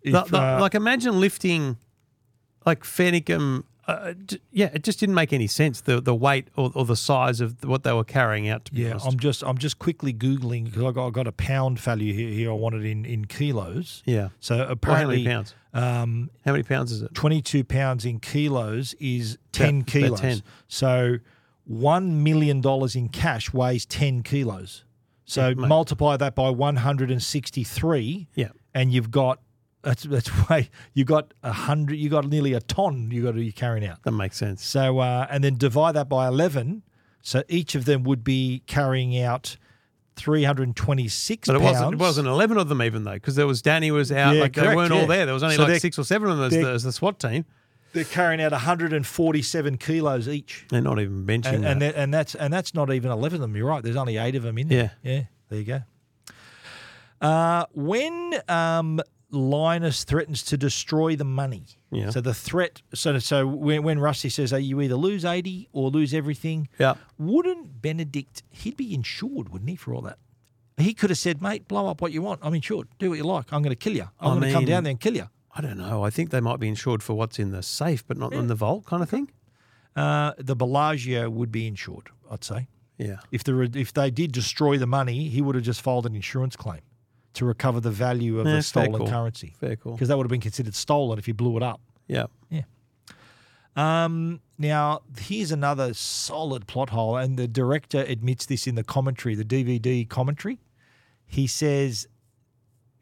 if,
The- the-
uh,
like imagine lifting like Fennicum. Uh, d- yeah, it just didn't make any sense. The the weight or, or the size of what they were carrying out. To be
Yeah,
honest,
I'm just I'm just quickly googling because I got, I got a pound value here. Here, I want it in in kilos.
Yeah.
So
Well, how
apparently,
many pounds?
Um,
how many pounds is it?
Twenty two pounds in kilos is
About-
ten
about
kilos.
10.
So one million dollars in cash weighs ten kilos. So
Yeah, mate.
multiply that by one hundred and sixty three.
Yeah.
And you've got that's that's why you got a hundred. You got nearly a ton. You got you're carrying out.
that makes sense.
So, uh, and then divide that by 11. So each of them would be carrying out 326
But it
pounds.
wasn't. It wasn't eleven of them even though, because there was Danny was out.
Yeah,
like they
correct,
weren't
yeah.
all there. There was only
So they're-
like six or seven of them as
they're-
the, as the SWAT team.
They're carrying out 147 kilos each.
They're not even mentioning
And, and, that-
that.
and that's and that's not even 11 of them. You're right. There's only eight of them in there. Yeah. There you go. Uh, when um, Linus threatens to destroy the money,
Yeah.
so the threat, so so when, when Rusty says, "Hey, you either lose eighty or lose everything,"
Yeah.
wouldn't Benedict? He'd be insured, wouldn't he, for all that? He could have said, "Mate, blow up what you want. I'm insured. Do what you like. I'm going to kill you. I'm
I
going to come
mean-
down there and kill you."
I don't know. I think they might be insured for what's in the safe, but not
Yeah.
in the vault, kind of thing.
Uh, the Bellagio would be insured, I'd say.
Yeah.
If there were, if they did destroy the money, he would have just filed an insurance claim to recover the value of
Yeah,
the
fair
stolen
call.
currency.
Fair call.
Because that would have been considered stolen if you blew it up.
Yeah.
Um, now, here's another solid plot hole, and the director admits this in the commentary, the DVD commentary. He says,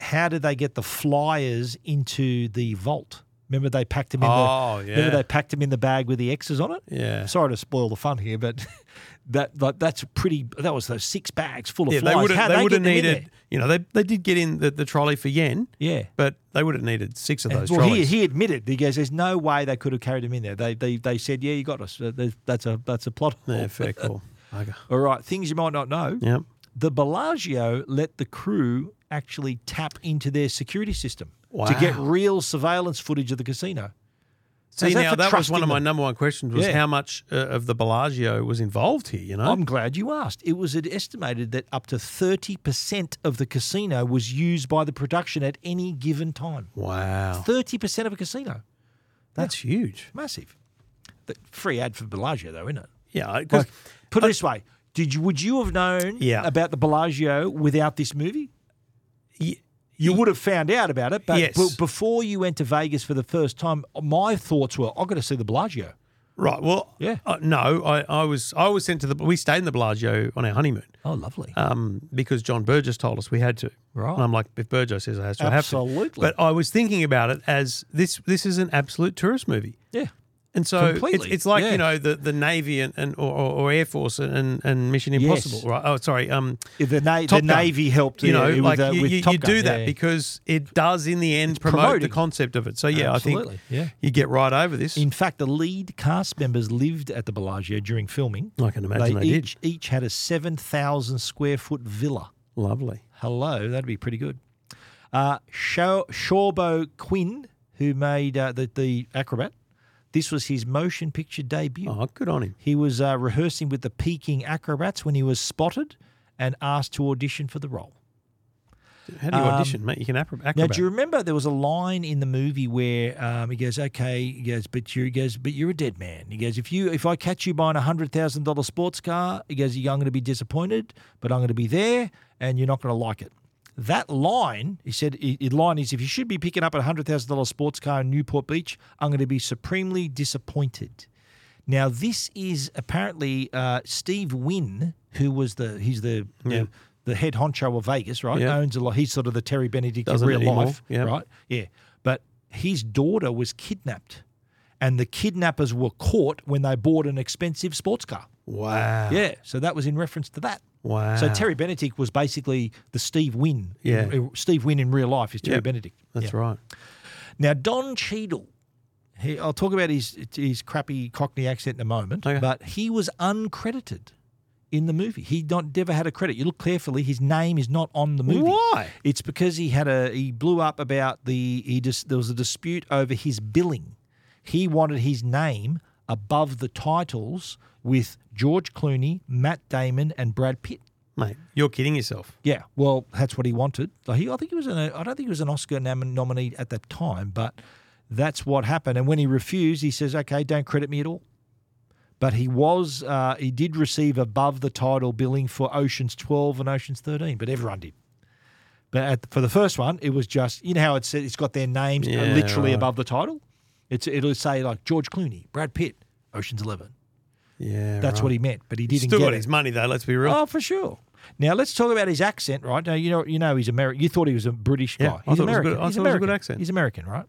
How did they get the flyers into the vault? Remember they packed them in
Oh,
the
yeah.
remember they packed them in the bag with the X's on it?
Yeah.
Sorry to spoil the fun here, but that like, that's a pretty that was those six bags full of
Yeah,
flyers.
they would
How'd
have. They
get
would have
them in there?
needed. You know, they they did get in the, the trolley for yen.
Yeah.
But they would have needed six of
And-
those
well, he,
trolleys.
he admitted he goes, "There's no way they could have carried him in there." They they, they said, "Yeah, you got us." Uh, there's- That's a that's a plot hole.
yeah, fair call. Okay.
All right, things you might not know.
Yep.
The Bellagio let the crew actually tap into their security system to get
Wow.
real surveillance footage of the casino.
See
is that
now,
for
that was
trusting
one of my
them?
number one questions: was
Yeah.
how much uh, of the Bellagio was involved here? You know,
I'm glad you asked. It was estimated that up to 30% of the casino was used by the production at any given time.
wow,
30% of a casino.
that's huge,
massive. The free ad for Bellagio, though, isn't it?
Yeah,
Like, put it this way: Did you would you have known
Yeah.
about the Bellagio without this movie? You would have found out about it, but
Yes.
b- before you went to Vegas for the first time, my thoughts were, "I've got to see the Bellagio."
Right. Well, yeah. Uh, no, I, I was I was sent to the. We stayed in the Bellagio on our honeymoon.
Oh, lovely.
Um, because John Burgess told us we had to.
Right.
And I'm like, if Burgess says I have to, I have to.
Absolutely.
But I was thinking about it as this. This is an absolute tourist movie.
Yeah.
And so it's,
Completely.
it's like
Yeah.
you know the, the Navy and, and or, or or Air Force and, and Mission
Yes.
Impossible, right? Oh, sorry. Um,
the, na-
Top
the
Gun.
Navy helped,
You
yeah,
know,
with,
like
uh,
you,
with
you- you
Top Gun,
do that
yeah.
because it does in the end promote the
promoting.
concept of it. So yeah, I
Absolutely,
think
yeah.
you get right over this.
In fact, the lead cast members lived at the Bellagio during filming.
I can imagine they did.
each, Each had a 7,000 square foot villa.
Lovely.
Hello, that'd be pretty good. Uh, Sho- Shorbo Quinn, who made uh, the, the acrobat, this was his motion picture debut.
Oh, good on him.
He was uh, rehearsing with the Peking acrobats when he was spotted and asked to audition for the role.
How do you
Um,
audition, mate? You can acro- acrobat.
Now, do you remember there was a line in the movie where um, he goes, "Okay," he goes, "But you," he goes, "But you're a dead man." He goes, "If you, if I catch you buying a hundred thousand dollar sports car," he goes, "I'm going to be disappointed, but I'm going to be there, and you're not going to like it." That line, he said, i- i- line is, "If you should be picking up a hundred thousand dollar sports car in Newport Beach, I'm going to be supremely disappointed." Now, this is apparently uh, Steve Wynn, who was the he's the,
Yeah.
the the head honcho of Vegas, right?
Yeah.
Owns a lot. He's sort of the Terry Benedict
Doesn't
in real
anymore,
life,
yeah.
right? Yeah. But his daughter was kidnapped, and the kidnappers were caught when they bought an expensive sports car.
Wow.
Yeah. So that was in reference to that.
Wow.
So Terry Benedict was basically the Steve Wynn.
Yeah.
uh, Steve Wynn in real life is Terry
Yeah,
Benedict.
That's
Yeah.
right.
Now, Don Cheadle, he, I'll talk about his his crappy Cockney accent in a moment, but he was uncredited in the movie. He not never had a credit. You look carefully; his name is not on the movie.
Why?
It's because he had a he blew up about the he just there was a dispute over his billing. He wanted his name above the titles with George Clooney, Matt Damon, and Brad Pitt.
Mate, you're kidding yourself.
Yeah, well, that's what he wanted. Like he, I think he was an, I don't think he was an Oscar nom- nominee at that time, but that's what happened. And when he refused, he says, "Okay, don't credit me at all." But he was, uh, he did receive above the title billing for Oceans Twelve and Oceans Thirteen, but everyone did. But at, for the first one, it was just you know how it's it's got their names uh,
Yeah,
literally
right.
above the title. It's it'll say like George Clooney, Brad Pitt, Oceans Eleven.
Yeah.
That's what he meant, but he didn't
Still
get
got
it.
his money though. Let's be real.
Oh, for sure. Now let's talk about his accent, right? Now you know you know he's American. You thought he was a British guy.
Yeah, I
he's
thought it was a
American.
good- I
he's
thought it was a
American.
good accent.
He's American, right?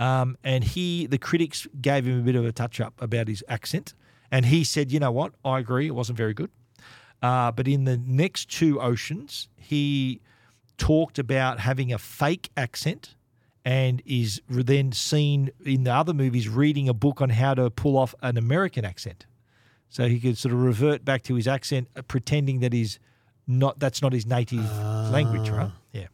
Um, and he, the critics gave him a bit of a touch up about his accent, and he said, "You know what? I agree. It wasn't very good." Uh, but in the next two oceans, he talked about having a fake accent, and is then seen in the other movies reading a book on how to pull off an American accent so he could sort of revert back to his accent, uh, pretending that he's not that's not his native language, right? Yeah.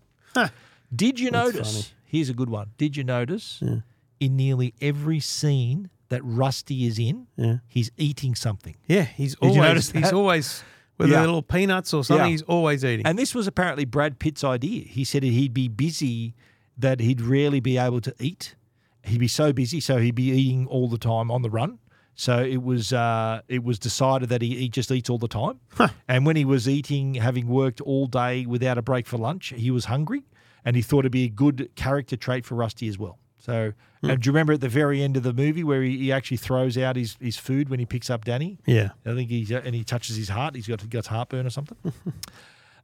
Did you
Ah. That's
notice?
funny.
Here's a good one. Did you notice
Yeah.
in nearly every scene that Rusty is in,
Yeah.
he's eating something.
Yeah, he's
Did you
always
notice
he's
that?
always whether
Yeah.
they're little peanuts or something,
Yeah.
he's always eating.
And this was apparently Brad Pitt's idea. He said that he'd be busy, that he'd rarely be able to eat. He'd be so busy, so he'd be eating all the time on the run. So it was uh, it was decided that he, he just eats all the time. And when he was eating, having worked all day without a break for lunch, he was hungry, and he thought it'd be a good character trait for Rusty as well. So, and do you remember at the very end of the movie where he, he actually throws out his, his food when he picks up Danny?
Yeah.
I think he's uh, and he touches his heart. He's got he got heartburn or something.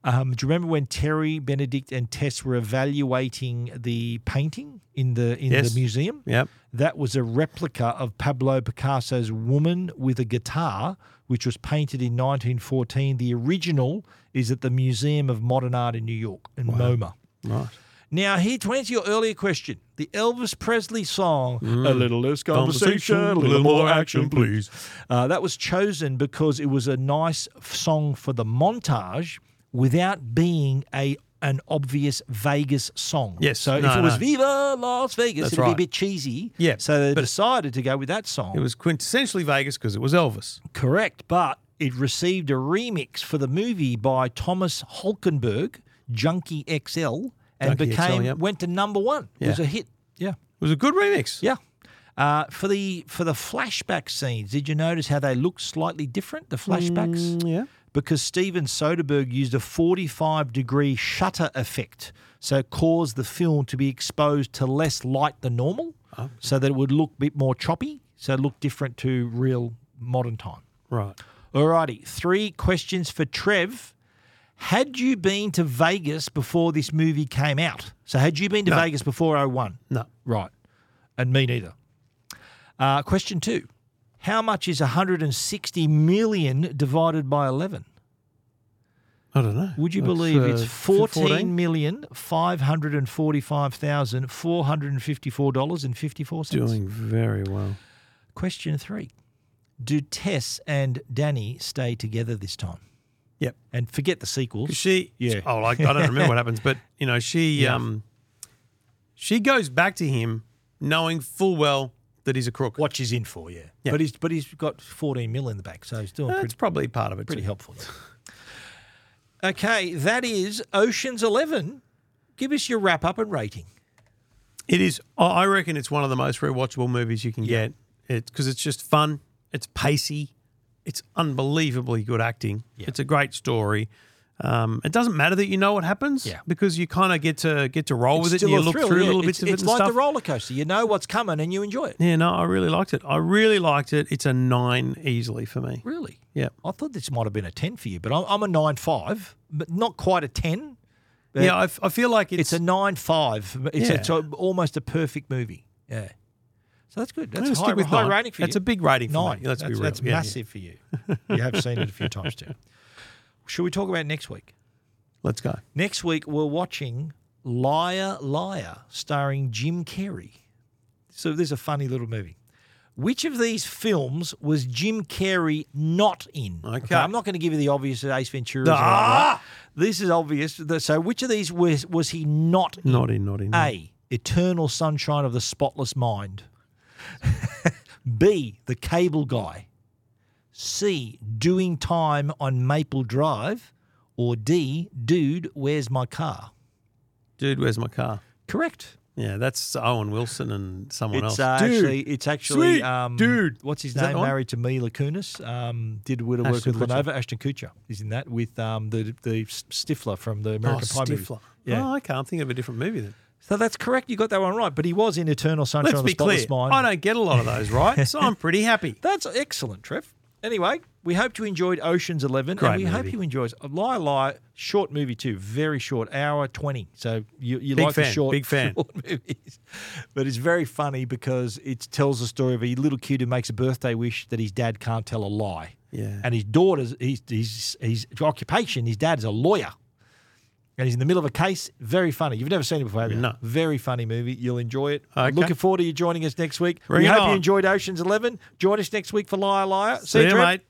Um, do you remember when Terry Benedict and Tess were evaluating the painting in the in
Yes.
the museum?
Yep.
That was a replica of Pablo Picasso's Woman with a Guitar, which was painted in 1914. The original is at the Museum of Modern Art in New York in MoMA.
Right.
Now, here to answer your earlier question, the Elvis Presley song,
Mm.
A Little Less Conversation, A Little More Action, Please. Uh, that was chosen because it was a nice f- song for the montage without being a an obvious Vegas song.
Yes,
So if
no,
it was
no.
Viva Las Vegas,
That's
it'd be a
right.
bit cheesy.
Yeah,
So they decided to go with that song.
It was quintessentially Vegas because it was Elvis.
Correct, but it received a remix for the movie by Thomas Holkenberg, Junkie XL, and
Junkie XL,
became
yep.
went to number one. It was a
Yeah.
hit. Yeah.
It was a good remix.
Yeah. Uh, for the for the flashback scenes, did you notice how they looked slightly different? The flashbacks,
Mm, yeah,
because Steven Soderbergh used a forty-five degree shutter effect, so it caused the film to be exposed to less light than normal, so that it would look a bit more choppy, so it looked different to real modern time.
Right.
Alrighty, three questions for Trev. Had you been to Vegas before this movie came out? So had you been to Vegas before 01?
No.
Right. And me neither. Uh, question two. How much is 160 million divided by 11?
I don't know.
Would you
That's,
believe
uh,
it's
$14?
fourteen million five hundred and forty-five thousand four hundred and fifty-four dollars and fifty-four cents?
Doing very well.
Question three: Do Tess and Danny stay together this time?
Yep.
And forget the sequels.
'Cause She,
yeah.
Oh, like I don't remember what happens, but you know, she,
Yeah.
um, she goes back to him, knowing full well that he's a crook.
What she's in for, yeah.
yeah.
But he's but he's got fourteen mil in the bank, so he's doing.
That's
pretty,
probably part of it.
Pretty
too.
helpful. yeah. okay, that is Ocean's Eleven. Give us your wrap up and rating.
It is. I I reckon it's one of the most rewatchable movies you can get. It's because it's just fun. It's pacey. It's unbelievably good acting. It's a great story. Um, it doesn't matter that you know what happens
Yeah.
because you kind of get to get to roll with Oh, it. And
still
you
a
look
thrill,
through
yeah.
little
It's-
bits of it
It's
and
like
stuff.
the roller coaster. You know what's coming and you enjoy it.
yeah, no, I really liked it. I really liked it. It's a nine easily for me.
Really?
Yeah.
I thought this might have been a ten for you, but I'm, I'm a nine five, but not quite a ten. But
Yeah, I f- I feel like it's,
it's a nine five. It's,
Yeah.
it's a, almost a perfect movie. Yeah. So that's good.
I'm
That's
gonna
high,
stick with
high
nine.
rating for you.
That's a big rating for me.
nine.
Let's be
that's,
real.
That's
Yeah, yeah.
massive for you. You have seen it a few times too. Should we talk about next week?
Let's go.
Next week we're watching Liar Liar, starring Jim Carrey. So there's a funny little movie. Which of these films was Jim Carrey not in? Okay, I'm not going to give you the obvious Ace Ventura.
Ah!
This is obvious. The- So which of these was was he not in?
Not in, not in.
A. Eternal Sunshine of the Spotless Mind. B. The Cable Guy. C. Doing Time on Maple Drive. Or D. Dude, Where's My Car?
Dude, where's my car?
Correct.
Yeah, that's Owen Wilson and someone
It's
else.
uh,
Dude.
actually, it's actually,
Sweet.
um,
dude.
What's his
Is that
name?
the one?
Married to Mila Kunis. Um, did Widow work
Ashton
with
Kutcher.
Lenova? Ashton Kutcher is in that with um, the the Stifler from the American
oh,
Pie movies.
Stifler.
Yeah.
Oh, okay. I'm thinking of a different movie then.
So that's correct. You got that one right. But he was in Eternal Sunshine
Let's
of the
be clear.
Spotless Mind.
I don't get a lot of those, right? So I'm pretty happy.
That's excellent, Trev. Anyway, we hope you enjoyed Ocean's Eleven,
Great
and we hope
movie.
you enjoyed Lie Lie. Short movie too, very short, hour twenty. So you you
Big
like the
fan,
short,
big fan.
short movies, but it's very funny because it tells the story of a little kid who makes a birthday wish that his dad can't tell a lie.
Yeah.
and his daughter's his his, his occupation, his dad's a lawyer. And he's in the middle of a case. Very funny. You've never seen it before, have you? No. Very funny movie. You'll enjoy it.
Okay.
Looking forward to you joining us next week.
Bring
we
it
hope
on.
you enjoyed Ocean's Eleven. Join us next week for Liar Liar.
See you,
Trev.
mate.